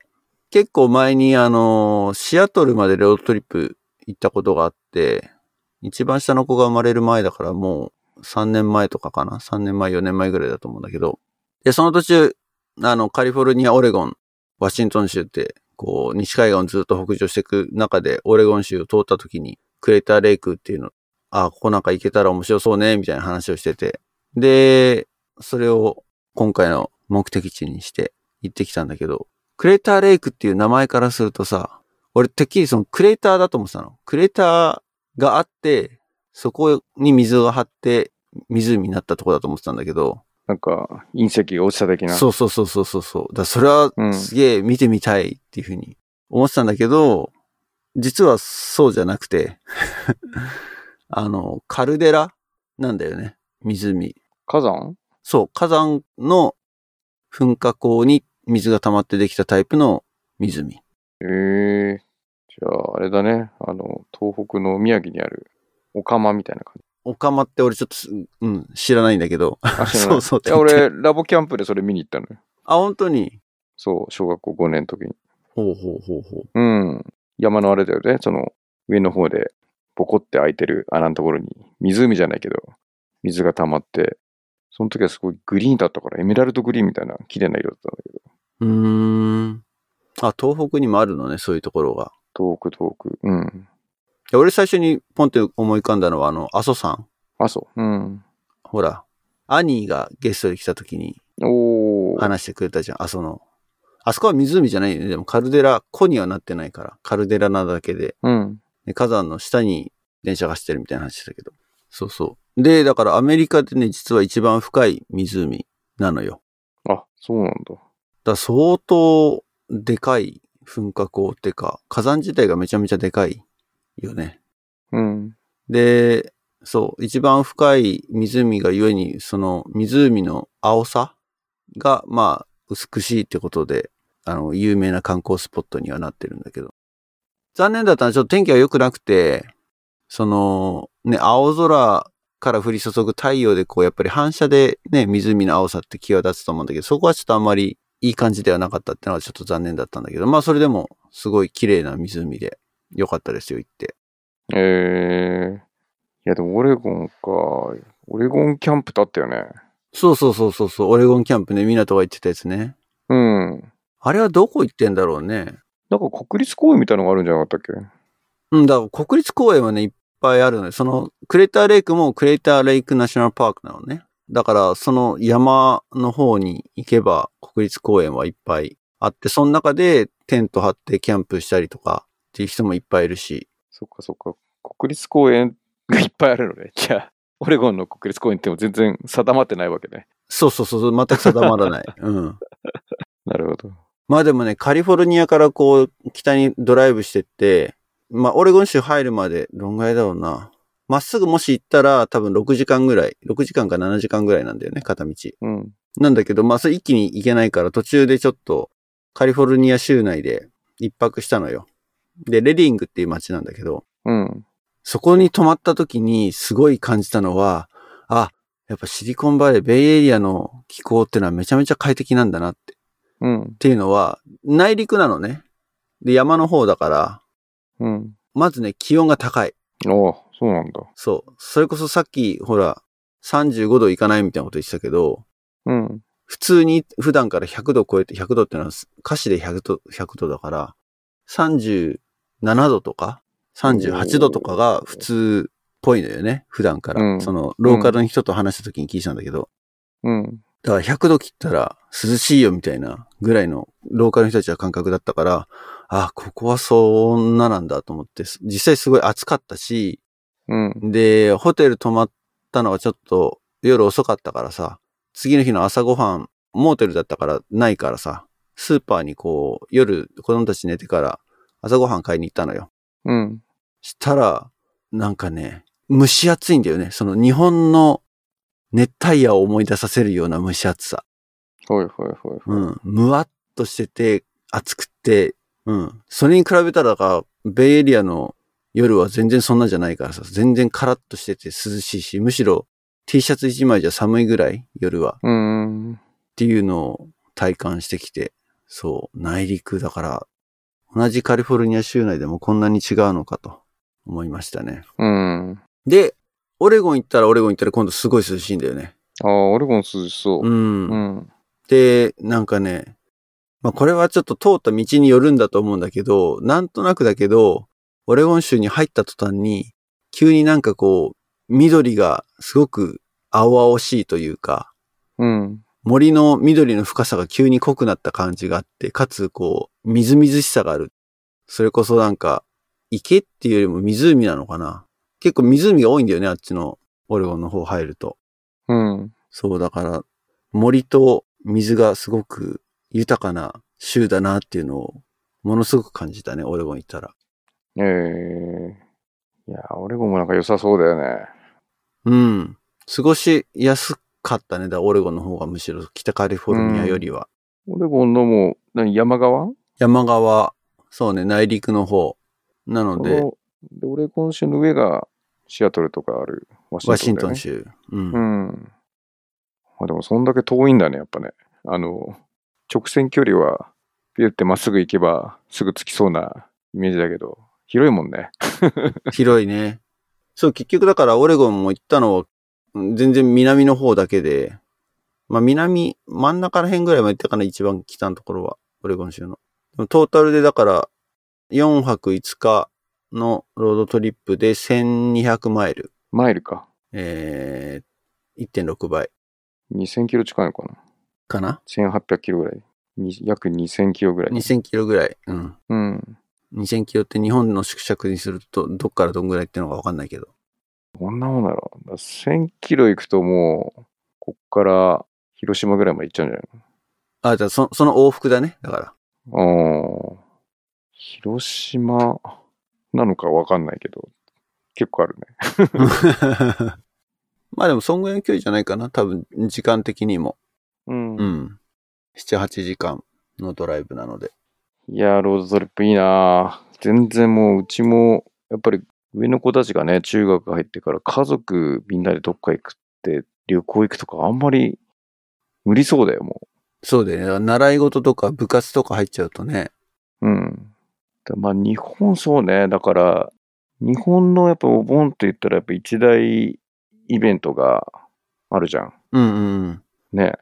Speaker 1: 結構前にあの、シアトルまでロードトリップ行ったことがあって、一番下の子が生まれる前だからもう3年前とかかな ?3 年前、4年前ぐらいだと思うんだけど。で、その途中、あの、カリフォルニア、オレゴン、ワシントン州って、こう、西海岸をずっと北上していく中で、オレゴン州を通った時に、クレーターレイクっていうの、あ、ここなんか行けたら面白そうね、みたいな話をしてて。で、それを今回の目的地にして行ってきたんだけど、クレーターレイクっていう名前からするとさ、俺てっきりそのクレーターだと思ってたの。クレーターがあって、そこに水が張って湖になったとこだと思ってたんだけど、
Speaker 2: なんか、隕石が落ちた的な。
Speaker 1: そうそうそうそうそうそう。だからそれは
Speaker 2: うん
Speaker 1: すげえ見てみたいっていうふうに思ってたんだけど、実はそうじゃなくて、 あの、カルデラなんだよね。湖。
Speaker 2: 火山
Speaker 1: そう、火山の噴火口に水が溜まってできたタイプの湖。
Speaker 2: ええじゃあ、あれだね。あの、東北の宮城にある、オカマみたいな感じ。
Speaker 1: オカマって俺ちょっとす、うん、知らないんだけど。
Speaker 2: あ知らな
Speaker 1: そうそう
Speaker 2: いや、俺、ラボキャンプでそれ見に行ったのよ。
Speaker 1: あ、本当に
Speaker 2: そう、小学校5年の時に。
Speaker 1: ほうほうほうほう。
Speaker 2: うん。山のあれだよね。その、上の方で、ボコって開いてる穴のところに、湖じゃないけど、水が溜まって、その時はすごいグリーンだったから、エメラルドグリーンみたいな綺麗な色だったんだけど、
Speaker 1: うーん。あ、東北にもあるのね、そういうところが。
Speaker 2: 遠く遠く。うん。
Speaker 1: いや俺最初にポンって思い浮かんだのは、あの、阿蘇山。
Speaker 2: あ、そう。うん。
Speaker 1: ほら、アニーがゲストで来た時に
Speaker 2: おー。
Speaker 1: 話してくれたじゃん、阿蘇の。あそこは湖じゃないよね。でもカルデラ、湖にはなってないから。カルデラなだけで。
Speaker 2: うん。
Speaker 1: で、火山の下に電車が走ってるみたいな話したけど。そうそう。で、だからアメリカでね、実は一番深い湖なのよ。
Speaker 2: あ、そうなんだ。
Speaker 1: だから相当でかい噴火口ってか、火山自体がめちゃめちゃでかいよね。
Speaker 2: うん。
Speaker 1: で、そう、一番深い湖がゆえに、その湖の青さが、まあ、美しいってことで、あの、有名な観光スポットにはなってるんだけど。残念だったのは、ちょっと天気が良くなくて、その、ね、青空から降り注ぐ太陽で、こう、やっぱり反射でね、湖の青さって際立つと思うんだけど、そこはちょっとあんまりいい感じではなかったってのはちょっと残念だったんだけど、まあ、それでも、すごい綺麗な湖で、良かったですよ、行って。
Speaker 2: えー。いや、でもオレゴンか。オレゴンキャンプだったよね。
Speaker 1: そうそうそうそうそう、オレゴンキャンプね、港が行ってたやつね。
Speaker 2: うん。
Speaker 1: あれはどこ行ってんだろうね。
Speaker 2: なんか国立公園みたいなのがあるんじゃなかったっけ
Speaker 1: うん、だから国立公園はね、いっぱいあるのよ。その、クレーターレイクもクレーターレイクナショナルパークなのね。だから、その山の方に行けば、国立公園はいっぱいあって、その中でテント張ってキャンプしたりとかっていう人もいっぱいいるし。
Speaker 2: そっかそっか。国立公園がいっぱいあるのね。 じゃあ、オレゴンの国立公園っても全然定まってないわけね。
Speaker 1: そうそうそう、全く定まらない。うん。
Speaker 2: なるほど。
Speaker 1: まあでもね、カリフォルニアからこう、北にドライブしてって、まあ、オレゴン州入るまで、どんぐらいだろうな。まっすぐもし行ったら、多分6時間ぐらい、6時間か7時間ぐらいなんだよね、片道。
Speaker 2: うん。
Speaker 1: なんだけど、まあ、それ一気に行けないから、途中でちょっと、カリフォルニア州内で一泊したのよ。で、レディングっていう街なんだけど、
Speaker 2: うん。
Speaker 1: そこに泊まった時にすごい感じたのは、あ、やっぱシリコンバレー、ベイエリアの気候ってのはめちゃめちゃ快適なんだなって。
Speaker 2: うん
Speaker 1: っ。ていうのは、内陸なのね。で、山の方だから、
Speaker 2: うん。
Speaker 1: まずね、気温が高い。
Speaker 2: ああ、そうなんだ。
Speaker 1: そう。それこそさっき、ほら、35度いかないみたいなこと言ってたけど、
Speaker 2: うん。
Speaker 1: 普通に普段から100度超えて、100度ってのは歌詞で100度、100度だから、37度とか、38度とかが普通っぽいのよね。普段から。
Speaker 2: うん
Speaker 1: その、ローカルの人と話した時に聞いたんだけど、
Speaker 2: うん。
Speaker 1: だから100度切ったら涼しいよみたいなぐらいのローカルの人たちは感覚だったから、あ、ここはそんななんだと思って、す実際すごい暑かったし、
Speaker 2: うん。
Speaker 1: で、ホテル泊まったのはちょっと夜遅かったからさ、次の日の朝ごはん、モーテルだったからないからさ、スーパーにこう夜子供たち寝てから朝ごはん買いに行ったのよ。
Speaker 2: うん。
Speaker 1: したら、なんかね、蒸し暑いんだよね。その日本の熱帯夜を思い出させるような蒸し暑さ。
Speaker 2: はいはいはい。
Speaker 1: うん。むわっとしてて、暑くて、うん。それに比べたらだから、ベイエリアの夜は全然そんなじゃないからさ、全然カラッとしてて涼しいし、むしろ T シャツ一枚じゃ寒いぐらい、夜は。
Speaker 2: うーん。
Speaker 1: っていうのを体感してきて、そう、内陸だから、同じカリフォルニア州内でもこんなに違うのかと思いましたね。
Speaker 2: うん。
Speaker 1: で、オレゴン行ったらオレゴン行ったら今度すごい涼しいんだよね。
Speaker 2: ああ、オレゴン涼しそうう。
Speaker 1: ん。
Speaker 2: うん。
Speaker 1: で、なんかね、まあこれはちょっと通った道によるんだと思うんだけど、なんとなくだけど、オレゴン州に入った途端に、急になんかこう、緑がすごく青々しいというか、
Speaker 2: うん。
Speaker 1: 森の緑の深さが急に濃くなった感じがあって、かつこう、みずみずしさがある。それこそなんか、池っていうよりも湖なのかな。結構湖が多いんだよね、あっちのオレゴンの方入ると。
Speaker 2: うん。
Speaker 1: そう、だから、森と水がすごく豊かな州だなっていうのを、ものすごく感じたね、オレゴン行ったら。
Speaker 2: ええいや、オレゴンもなんか良さそうだよね。
Speaker 1: うん。過ごしやすかったね、だからオレゴンの方がむしろ北カリフォルニアよりは。
Speaker 2: オレゴンのもう、何、山側
Speaker 1: 山側、そうね、内陸の方。なので、
Speaker 2: こので、オレゴン州の上がシアトルとかあるワ
Speaker 1: ワシント
Speaker 2: だよ
Speaker 1: ン
Speaker 2: ね
Speaker 1: 州。うん。
Speaker 2: うん。まあでもそんだけ遠いんだね、やっぱね。あの、直線距離は、ビュってまっすぐ行けばすぐ着きそうなイメージだけど、広いもんね。
Speaker 1: 広いね。そう、結局だからオレゴンも行ったのは、うん全然南の方だけで、まあ南、真ん中ら辺ぐらいまで行ったかな、一番北のところは、オレゴン州の。でもトータルでだから、4泊5日のロードトリップで1200マイル。
Speaker 2: マイルか。
Speaker 1: えー、1.6倍
Speaker 2: 2000キロ近いのかな。
Speaker 1: かな
Speaker 2: 1800キロぐらい。に約2000キロぐらい。
Speaker 1: ?2000 キロぐらい。うん。
Speaker 2: うん。
Speaker 1: 2000キロって日本の縮尺にすると、どっからどんぐらいってのがわかんないけど。
Speaker 2: こんなもんだろう。だ1000キロ行くともう、こっから広島ぐらいまで行っちゃうんじゃない
Speaker 1: あ、じゃあそ、その往復だね。だから。
Speaker 2: のああ。広島なのかわかんないけど、結構あるね。
Speaker 1: まあでも、そんぐらいの距離じゃないかな。多分、時間的にも。
Speaker 2: うん
Speaker 1: うん。7、8時間のドライブなので。
Speaker 2: いやー、ロードトリップいいなー全然もう、うちも、やっぱり上の子たちがね、中学入ってから家族みんなでどっか行くって、旅行行くとかあんまり無理そうだよ、も
Speaker 1: そうだよね。だから習い事とか部活とか入っちゃうとね。
Speaker 2: う。うん。だまあ、日本そうね。だから、日本のやっぱお盆って言ったらやっぱ一大イベントがあるじゃん。
Speaker 1: うんうん
Speaker 2: ね。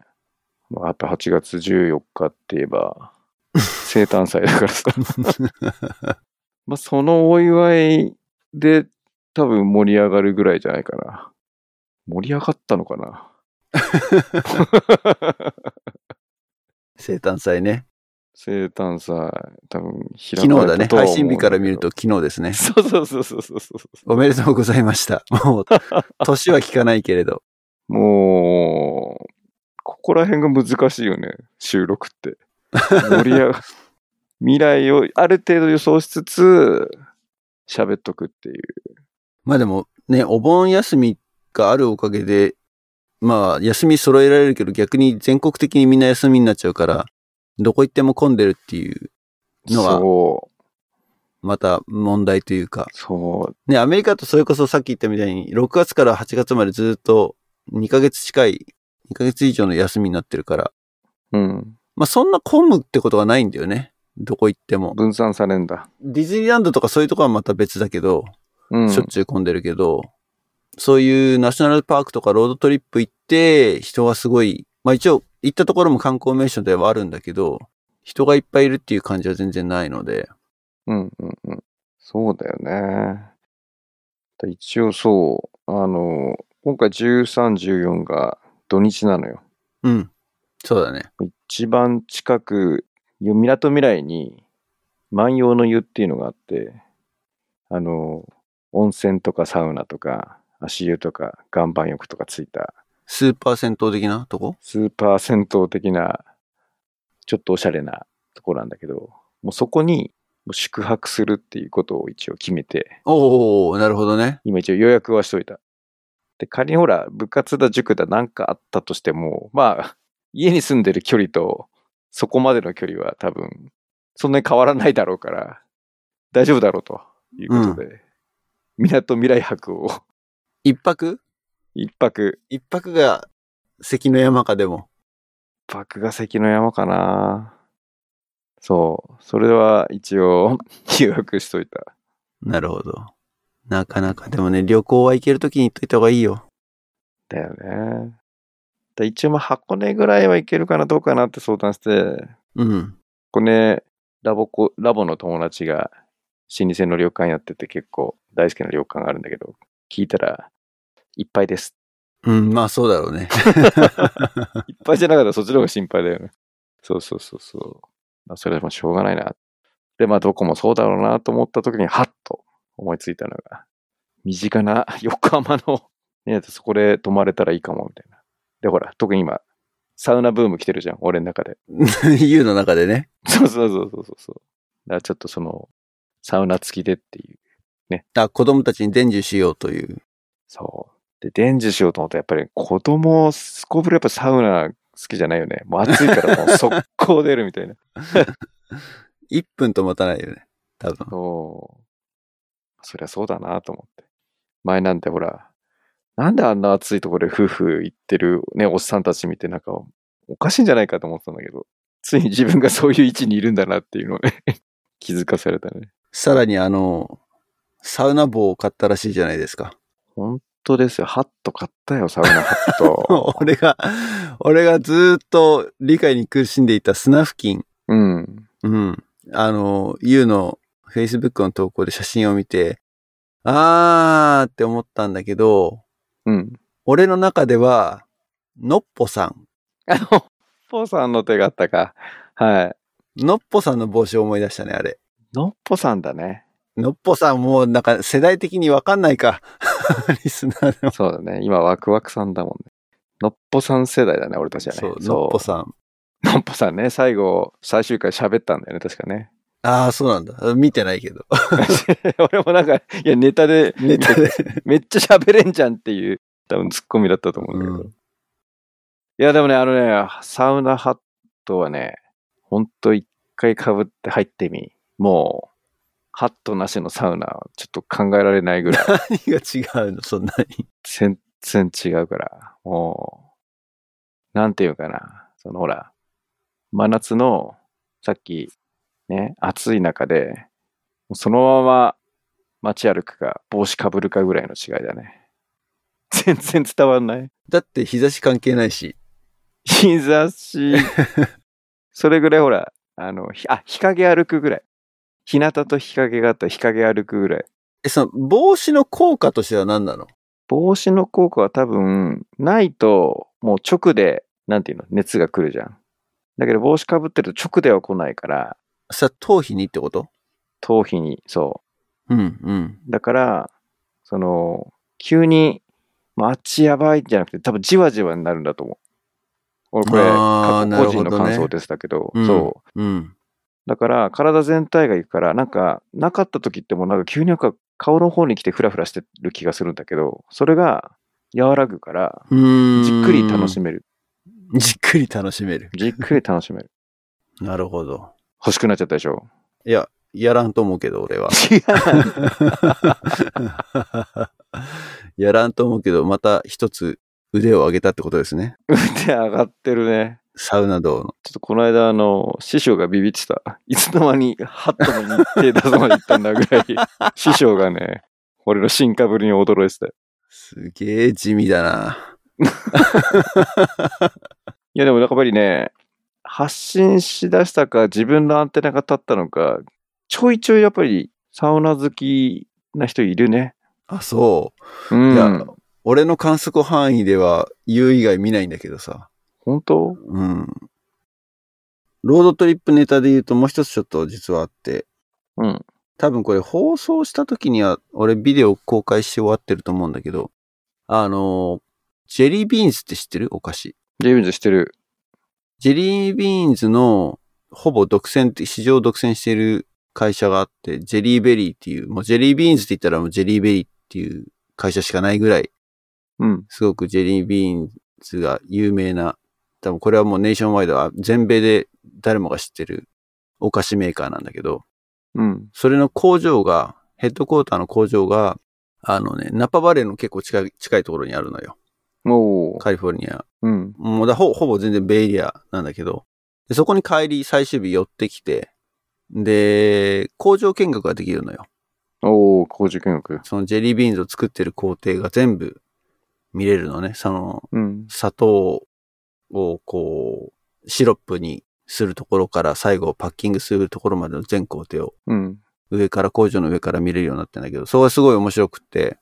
Speaker 2: まあ、やっぱ8月14日って言 えば、生誕祭だからさ。 まあ、そのお祝いで多分盛り上がるぐらいじゃないかな。盛り上がったの かな
Speaker 1: 生誕祭ね。
Speaker 2: 生誕祭、多分
Speaker 1: 昨
Speaker 2: 開
Speaker 1: 日だね。配信日から見ると
Speaker 2: と
Speaker 1: 昨日ですね。
Speaker 2: は思うんだけど。 そうそうそうそうそうそ
Speaker 1: おめでとうございました。もう、年は聞かないけれど。
Speaker 2: う。もう、ここら辺が難しいよね、収録って。盛り 上が未来をある程度予想しつつ、喋っとくっていう。
Speaker 1: まあでも、ね、お盆休みがあるおかげで、まあ、休み揃えられるけど、逆に全国的にみんな休みになっちゃうから、どこ行っても混んでるっていうのは
Speaker 2: そう、
Speaker 1: また問題というか。
Speaker 2: そう、
Speaker 1: ね、アメリカとそれこそさっき言ったみたいに、6月から8月までずっと2ヶ月近い、2ヶ月以上の休みになってるから、
Speaker 2: うん。
Speaker 1: まあそんな混むってことはないんだよね。どこ行っても。
Speaker 2: 分散されんだ。
Speaker 1: ディズニーランドとかそういうとこはまた別だけど、
Speaker 2: うん。
Speaker 1: しょっちゅう混んでるけど、そういうナショナルパークとかロードトリップ行って、人がすごい、まあ一応行ったところも観光名所ではあるんだけど、人がいっぱいいるっていう感じは全然ないので、
Speaker 2: うんうんうん。そうだよね。だ一応そう、あの、今回13、14が土日なのよ。
Speaker 1: うん。そうだね。
Speaker 2: 一番近く、みなとみらいに万葉の湯っていうのがあって、あの、温泉とかサウナとか、足湯とか岩盤浴とかついた、
Speaker 1: スーパー銭湯的なとこ
Speaker 2: スーパー銭湯的な、ちょっとおしゃれなところなんだけど、もうそこにもう宿泊するっていうことを一応決めて、
Speaker 1: おー、なるほどね。
Speaker 2: 今一応予約はしといた。で、仮にほら、部活だ、塾だ、なんかあったとしても、まあ、 家に住んでる距離と、そこまでの距離は多分、そんなに変わらないだろうから、大丈夫だろうということで、港未来博を
Speaker 1: 一泊
Speaker 2: 一泊、
Speaker 1: 一泊が関の山かでも。
Speaker 2: 一泊が関の山かな。そう、それは一応 予約しといた。
Speaker 1: なるほど。なかなか、でもね、旅行は行けるときに行っといた方がいいよ。
Speaker 2: だよね。で一応まあ箱根ぐらいは行けるかなどうかなって相談して、
Speaker 1: うん。
Speaker 2: 箱根ラボコ、ラボの友達が老舗の旅館やってて結構大好きな旅館があるんだけど、聞いたら、いっぱいです。
Speaker 1: うん、まあそうだろうね。
Speaker 2: いっぱいじゃなかったらそっちの方が心配だよね。そうそうそうそう。まあそれでもしょうがないな。で、まあどこもそうだろうなと思った時に、はっと思いついたのが、身近な横浜の、ね、そこで泊まれたらいいかも、みたいな。で、ほら、特に今、サウナブーム来てるじゃん、俺の中で。
Speaker 1: U の中でね。
Speaker 2: そうそうそうそうそうそう。だからちょっとその、サウナ付きでっていう。
Speaker 1: あ、子供たちに伝授しようという。
Speaker 2: そう。で、伝授しようと思ったら、やっぱり子供、すこぶるやっぱサウナ好きじゃないよね。もう暑いからもう速攻出るみたいな。
Speaker 1: 1分と待たないよね。多分。
Speaker 2: そう。そりゃそうだなと思って。前なんてほら、なんであんな暑いところで夫婦行ってるね、おっさんたち見てなんか、おかしいんじゃないかと思ってたんだけど、ついに自分がそういう位置にいるんだなっていうのをね、 気づかされたね。
Speaker 1: さらにあの、サウナ棒を買ったらしいじゃないですか。
Speaker 2: 本当ですよ。ハット買ったよ、サウナハット。
Speaker 1: 俺が、俺がずーっと理解に苦しんでいたスナフキン。
Speaker 2: うん。
Speaker 1: うん。あの、U の Facebook の投稿で写真を見て、あーって思ったんだけど、
Speaker 2: うん。
Speaker 1: 俺の中では、のっぽさん。
Speaker 2: あの、ポーさんの手があったか。は
Speaker 1: のっぽさんの帽子を思い出したね、あれ。
Speaker 2: い。のっぽさんだね。
Speaker 1: のっぽさんもうなんか世代的にわかんないか。 リスナーの。
Speaker 2: そうだね。今、ワクワクさんだもんね。のっぽさん世代だね、俺たちはね。
Speaker 1: そう、のっぽさん。
Speaker 2: のっぽさんね、最後、最終回喋ったんだよね、確かね。
Speaker 1: ああ、そうなんだ。見てないけ ど。
Speaker 2: 俺もなんか、いや、ネタで、
Speaker 1: ネタで。
Speaker 2: めっ ちゃ喋れんじゃんっていう、多分ツッコミだった と思うんだけど。
Speaker 1: う
Speaker 2: いや、でもね、あのね、サウナハットはね、ほんと一回被って入ってみ。もう、ハットなしのサウナはちょっと考えられないぐらい。
Speaker 1: 何が違うのそんなに。
Speaker 2: 全然違うから、もう、なんていうかな、そのほら、真夏の、さっき、ね、暑い中で、もうそのまま街歩くか、帽子かぶるかぐらいの違いだね。 全然伝わんない。
Speaker 1: だって日差し関係ないし。
Speaker 2: 日差し、それぐらいほら、あの、ひあ、日陰歩くぐらい。日向と日陰があったら日陰歩くぐらい。
Speaker 1: え、その、帽子の効果としては何なの
Speaker 2: 帽子の効果は多分ないともう直でなんていうの熱が来るじゃんだけど帽子かぶってると直では来ないから
Speaker 1: さ、頭皮にってこと
Speaker 2: 頭皮にそ
Speaker 1: うん、うん。
Speaker 2: うだからその急に「まああっちやばい」じゃなくて多分じわじわになるんだと思う俺これ
Speaker 1: あー
Speaker 2: 過去個人
Speaker 1: なるほ
Speaker 2: の
Speaker 1: どね
Speaker 2: 感想ですだけど
Speaker 1: うん
Speaker 2: そう
Speaker 1: うん。
Speaker 2: だから体全体がいくからなんかなかった時ってもうなんか急になんか顔の方に来てフラフラしてる気がするんだけどそれが和らぐから
Speaker 1: うーん。
Speaker 2: じっくり楽しめる
Speaker 1: めじっくり楽しめる。
Speaker 2: じっくり楽しめる。
Speaker 1: なるほど。
Speaker 2: 欲しくなっちゃったでしょ。
Speaker 1: いや、やらんと思うけど、俺は。
Speaker 2: 違 う。
Speaker 1: やらんと思うけど、また一つ腕を上げたってことですね。
Speaker 2: 腕上がってるね。
Speaker 1: サウナ道の。
Speaker 2: ちょっとこの間、あの、師匠がビビってた。いつの間にハットのに手出すまで行ったんだぐらい、師匠がね、俺の進化ぶりに驚いてたよ。
Speaker 1: すげえ地味だな。
Speaker 2: いや、でもやっぱりね、発信しだしたか、自分のアンテナが立ったのか、ちょいちょいやっぱりサウナ好きな人いるね。
Speaker 1: あ、そう。
Speaker 2: う
Speaker 1: いや
Speaker 2: ん。
Speaker 1: 俺の観測範囲では U 以外見ないんだけどさ。
Speaker 2: 本当
Speaker 1: うん。ロードトリップネタで言うともう一つちょっと実はあって、
Speaker 2: うん。
Speaker 1: 多分これ放送した時には俺ビデオ公開して終わってると思うんだけど、あの、ジェリービーンズって知ってるお菓子。
Speaker 2: ジェイミズしてる。
Speaker 1: ジェリービーンズのほぼ独占って、市場を独占している会社があって、ジェリーベリーっていう、もうジェリービーンズって言ったらもうジェリーベリーっていう会社しかないぐらい
Speaker 2: うん。
Speaker 1: すごくジェリービーンズが有名な、多分これはもうネーションワイドは全米で誰もが知ってるお菓子メーカーなんだけど、
Speaker 2: うん。
Speaker 1: それの工場が、ヘッドコーターの工場が、あのね、ナパバレーの結構近い、近いところにあるのよ。
Speaker 2: おー。
Speaker 1: カリフォルニア。
Speaker 2: うん。
Speaker 1: もうだほほぼ全然ベイエリアなんだけど。でそこに帰り、最終日寄ってきて、で、工場見学ができるのよ。
Speaker 2: おー、工事見学。
Speaker 1: そのジェリービーンズを作ってる工程が全部見れるのね。その、
Speaker 2: うん。
Speaker 1: 砂糖をこう、シロップにするところから最後パッキングするところまでの全工程を
Speaker 2: うん。
Speaker 1: 上から、工場の上から見れるようになってんだけど、そこがすごい面白くって、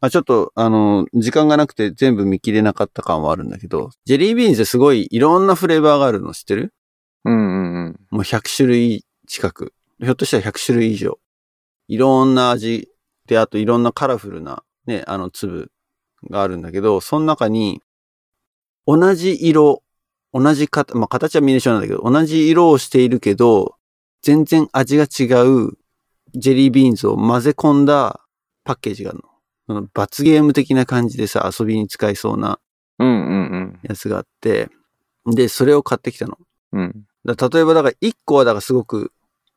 Speaker 1: まあ、ちょっと、あの、時間がなくて全部見切れなかった感はあるんだけど、ジェリービーンズすごいいろんなフレーバーがあるの知ってる
Speaker 2: うんうんうん。
Speaker 1: もう100種類近く。ひょっとしたら100種類以上。いろんな味で、あといろんなカラフルなね、あの粒があるんだけど、その中に同じ色、同じ形、まあ形はミネーションなんだけど、同じ色をしているけど、全然味が違うジェリービーンズを混ぜ込んだパッケージがあるの。その罰ゲーム的な感じでさ、遊びに使いそうな
Speaker 2: うんうん
Speaker 1: やつがあって、で、それを買ってきたの。
Speaker 2: うん。うん。
Speaker 1: だ例えば、だから1個はだからすごく、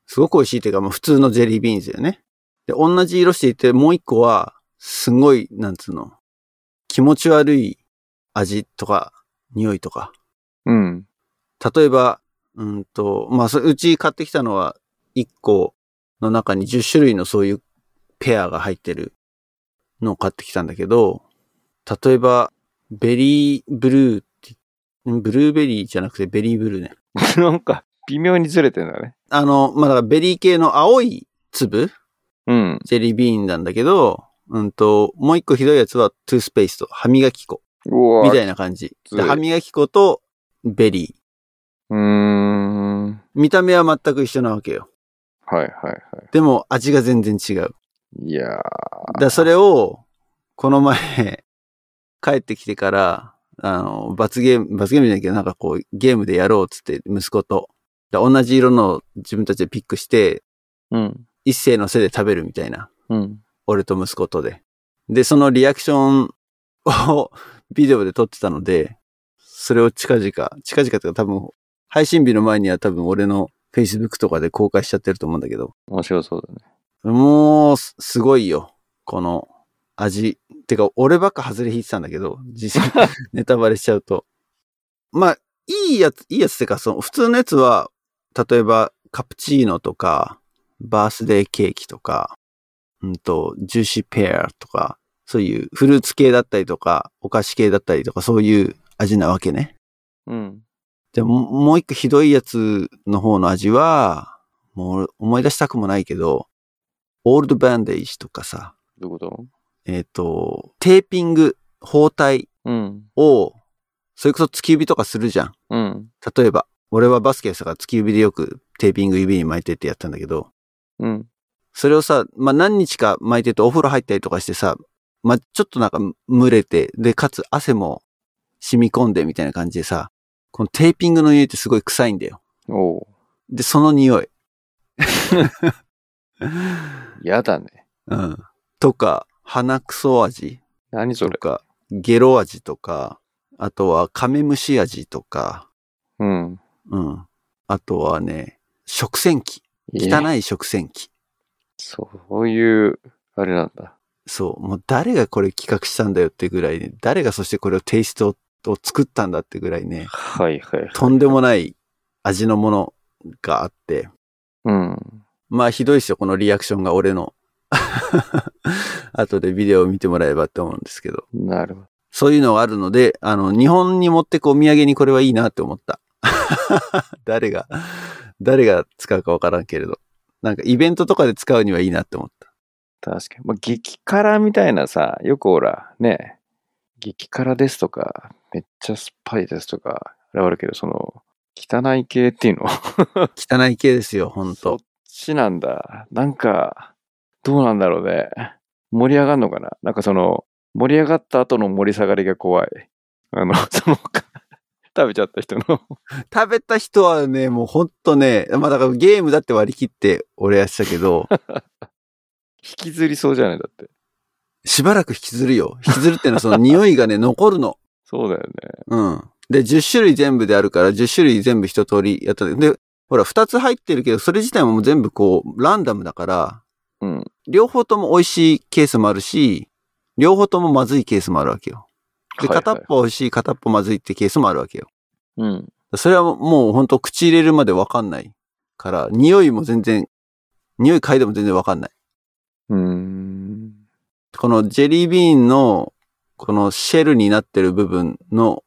Speaker 1: すごく美味しいというか、まあ普通のジェリービーンズだよね。で、同じ色していて、もう1個は、すごい、なんつうの、気持ち悪い味とか、匂いとか。
Speaker 2: うん。
Speaker 1: 例えば、うんと、まあ、それうち買ってきたのは、1個の中に10種類のそういうペアが入ってるのを買ってきたんだけど、例えば、ベリーブルーって、んブルーベリーじゃなくてベリーブルーね。
Speaker 2: なんか、微妙にずれてんだね。
Speaker 1: あの、まあ、だからベリー系の青い粒、
Speaker 2: うん。
Speaker 1: ジェリービーンなんだけど、うんと、もう一個ひどいやつはトゥースペースと歯磨き粉
Speaker 2: うわ
Speaker 1: み
Speaker 2: ー
Speaker 1: たいな感じ。
Speaker 2: きつい
Speaker 1: で歯磨き粉とベリー。
Speaker 2: うーん。はい
Speaker 1: 見た目は全く一緒なわけよ。
Speaker 2: はいは
Speaker 1: でも味が全然違う。
Speaker 2: い。いやー。
Speaker 1: だそれを、この前、帰ってきてから、あの、罰ゲーム、罰ゲームじゃないけど、なんかこう、ゲームでやろうっつって、息子と。だ同じ色の自分たちでピックして、
Speaker 2: うん。
Speaker 1: 一斉の背で食べるみたいな。
Speaker 2: うん。
Speaker 1: 俺と息子とで。で、そのリアクションを ビデオで撮ってたので、それを近々、近々というか多分、配信日の前には多分俺の Facebook とかで公開しちゃってると思うんだけど、
Speaker 2: 面白そうだね。
Speaker 1: もう、すすごいよ。この味。てか、俺ばっか外れ引いてたんだけど、実際、ネタバレしちゃうと。まあ、いいやつ、いいやつってか、その、普通のやつは、例えば、カプチーノとか、バースデーケーキとか、うんと、ジューシーペアとか、そういうフルーツ系だったりとか、お菓子系だったりとか、そういう味なわけね。
Speaker 2: うん。
Speaker 1: でも、もう一個ひどいやつの方の味は、もう思い出したくもないけど、オールドバンデージとかさ、
Speaker 2: どういうこと
Speaker 1: えっ、と、テーピング、包帯
Speaker 2: うん。
Speaker 1: を、それこそ突き指とかするじゃん。
Speaker 2: うん。
Speaker 1: 例えば、俺はバスケやってたから突き指でよくテーピング指に巻いてってやったんだけど、
Speaker 2: うん。
Speaker 1: それをさ、まあ、何日か巻いてるとお風呂入ったりとかしてさ、まあ、ちょっとなんか蒸れて、で、かつ汗も染み込んでみたいな感じでさ、このテーピングの匂いってすごい臭いんだよ。
Speaker 2: おう。
Speaker 1: で、その匂い。
Speaker 2: やだね。
Speaker 1: うん。とか、鼻くそ味
Speaker 2: 何そ
Speaker 1: と
Speaker 2: れ。
Speaker 1: か、ゲロ味とか、あとはカメムシ味とか、
Speaker 2: うん。
Speaker 1: うん。あとはね、食洗機。
Speaker 2: いや
Speaker 1: 汚い食洗機。
Speaker 2: そういう、あれなんだ。
Speaker 1: そう。もう誰がこれ企画したんだよってぐらいね、誰がそしてこれをテイストを作ったんだってぐらいね、
Speaker 2: はいはいはい。
Speaker 1: とんでもない味のものがあって、
Speaker 2: うん。
Speaker 1: まあひどいですよ、このリアクションが俺の。 後でビデオを見てもらえばって思うんですけど。
Speaker 2: なるほど。
Speaker 1: そういうのがあるので、あの、日本に持ってくお土産にこれはいいなって思った。 誰が、誰が使うかわからんけれど。なんかイベントとかで使うにはいいなって思った。
Speaker 2: 確かに。まあ、激辛みたいなさ、よくほら、ね、激辛ですとか、めっちゃ酸っぱいですとか、あれはあるけど、その、汚い系っていうの
Speaker 1: 汚い系ですよ、ほん
Speaker 2: そっ
Speaker 1: と。
Speaker 2: ちなんだ。なんか、どうなんだろうね。盛り上がんのかななんかその、盛り上がった後の盛り下がりが怖い。あの、 その、か食べちゃった人の。
Speaker 1: 食べた人はね、もうほんとね、まあだからゲームだって割り切って俺やってたけど、
Speaker 2: 引きずりそうじゃないだって。
Speaker 1: しばらく引きずるよ。引きずるってのはその匂いがね、残るの。
Speaker 2: そうだよね。
Speaker 1: うん。で、10種類全部であるから、10種類全部一通りやったんだけどで、ほら、二つ入ってるけど、それ自体ももう全部こう、ランダムだから、
Speaker 2: うん。
Speaker 1: 両方とも美味しいケースもあるし、両方ともまずいケースもあるわけよ。で、
Speaker 2: はいはい
Speaker 1: 片っぽ美味しい、片っぽまずいってケースもあるわけよ。
Speaker 2: うん。
Speaker 1: それはもう本当口入れるまでわかんないから、匂いも全然、匂い嗅いでも全然わかんない。
Speaker 2: うーん。
Speaker 1: このジェリービーンの、このシェルになってる部分の、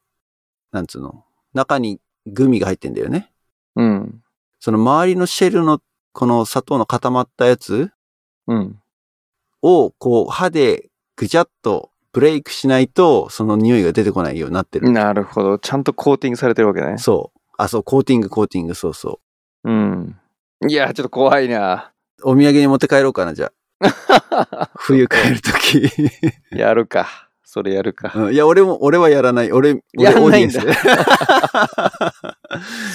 Speaker 1: なんつうの、中にグミが入ってんだよね。
Speaker 2: うん。
Speaker 1: その周りのシェルの、この砂糖の固まったやつ
Speaker 2: うん。
Speaker 1: を、こう、歯でぐちゃっとブレイクしないと、その匂いが出てこないようになってる。
Speaker 2: なるほど。ちゃんとコーティングされてるわけね。
Speaker 1: そう。あ、そう、コーティング、コーティング、そうそ
Speaker 2: うん。いや、ちょっと怖いな。
Speaker 1: う。お土産に持って帰ろうかな、じゃ あ。冬帰るとき。
Speaker 2: やるか。それやるか。
Speaker 1: うんいや、俺も、俺はやらない。俺、俺
Speaker 2: やらないんだ
Speaker 1: オーディエンス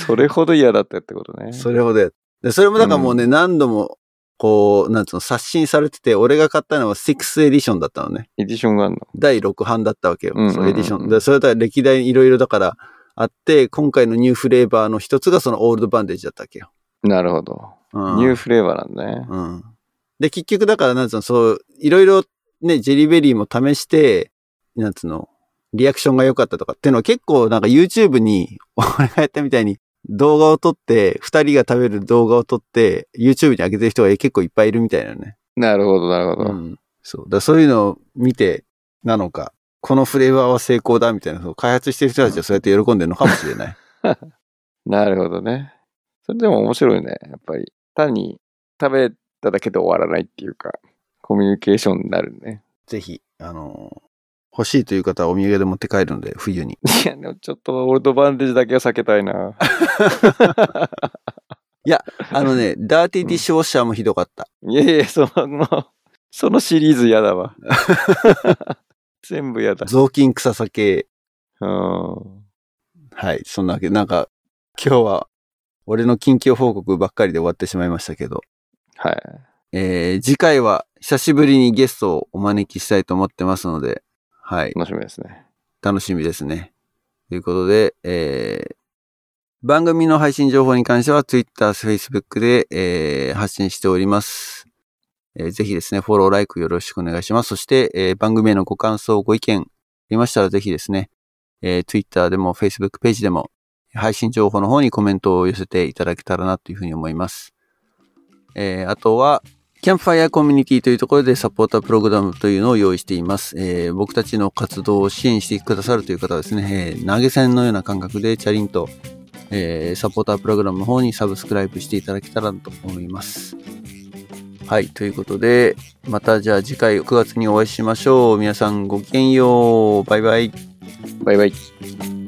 Speaker 2: それほど嫌だったってことね。
Speaker 1: でそれほどやでそれもだからもうね、何度も、こう、なんつうの、刷新されてて、俺が買ったのは6エディションだったのね。
Speaker 2: エディションがあるの。
Speaker 1: 第6版だったわけよ。
Speaker 2: うんうんうん
Speaker 1: そうエディション。でそれとは歴代いろいろだからあって、今回のニューフレーバーの一つがそのオールドバンデージだったわけよ。
Speaker 2: なるほど。
Speaker 1: うん、
Speaker 2: ニューフレーバーなんだね。
Speaker 1: うん。で、結局だから、なんつうの、そう、いろいろね、ジェリーベリーも試して、なんつうの、リアクションが良かったとかっていうのは結構なんか YouTube に、 俺がやったみたいに動画を撮って、二人が食べる動画を撮って、YouTube に上げてる人が結構いっぱいいるみたいなのね。
Speaker 2: なるほど、なるほ
Speaker 1: う
Speaker 2: ど。
Speaker 1: ん。そう。だからそういうのを見て、なのか、このフレーバーは成功だみたいな、そう開発してる人たちはそうやって喜んでるのかもしれ ない。
Speaker 2: なるほどね。それでも面白いね。やっぱり。単に食べただけで終わらないっていうか、コミュニケーションになる ね。
Speaker 1: ぜひ、あの欲しいという方はお土産で持って帰るので、冬に。
Speaker 2: いや、でもちょっとオールドバンデージだけは避けたいな。
Speaker 1: あの ね、ダーティーティッシュウォッシャーもひどかった。
Speaker 2: いやいや、その、そのシリーズ嫌だ わ。全部嫌だ。
Speaker 1: 雑巾臭さ系。
Speaker 2: うん。
Speaker 1: はい、そんなわけで、なんか、今日は、俺の近況報告ばっかりで終わってしまいましたけど、
Speaker 2: はい。
Speaker 1: えー、次回は久しぶりにゲストをお招きしたいと思ってますので、はい、
Speaker 2: 楽しみですね。
Speaker 1: 楽しみですね。ということで、えー、番組の配信情報に関しては Twitter、Facebook で、えー発信しております。えーぜひですね、フォロー、ライクよろしくお願いします。そして、えー番組へのご感想、ご意見ありましたらぜひですね、えー Twitter でも Facebook ページでも配信情報の方にコメントを寄せていただけたらなというふうに思います。えーあとは、キャンプファイアコミュニティというところでサポータープログラムというのを用意しています。えー僕たちの活動を支援してくださるという方はですね、えー投げ銭のような感覚でチャリンと、えーサポータープログラムの方にサブスクライブしていただけたらと思います。はい、ということで、またじゃあ次回9月にお会いしましょう。皆さんごきげんよう。バイバイ。
Speaker 2: バイバイ。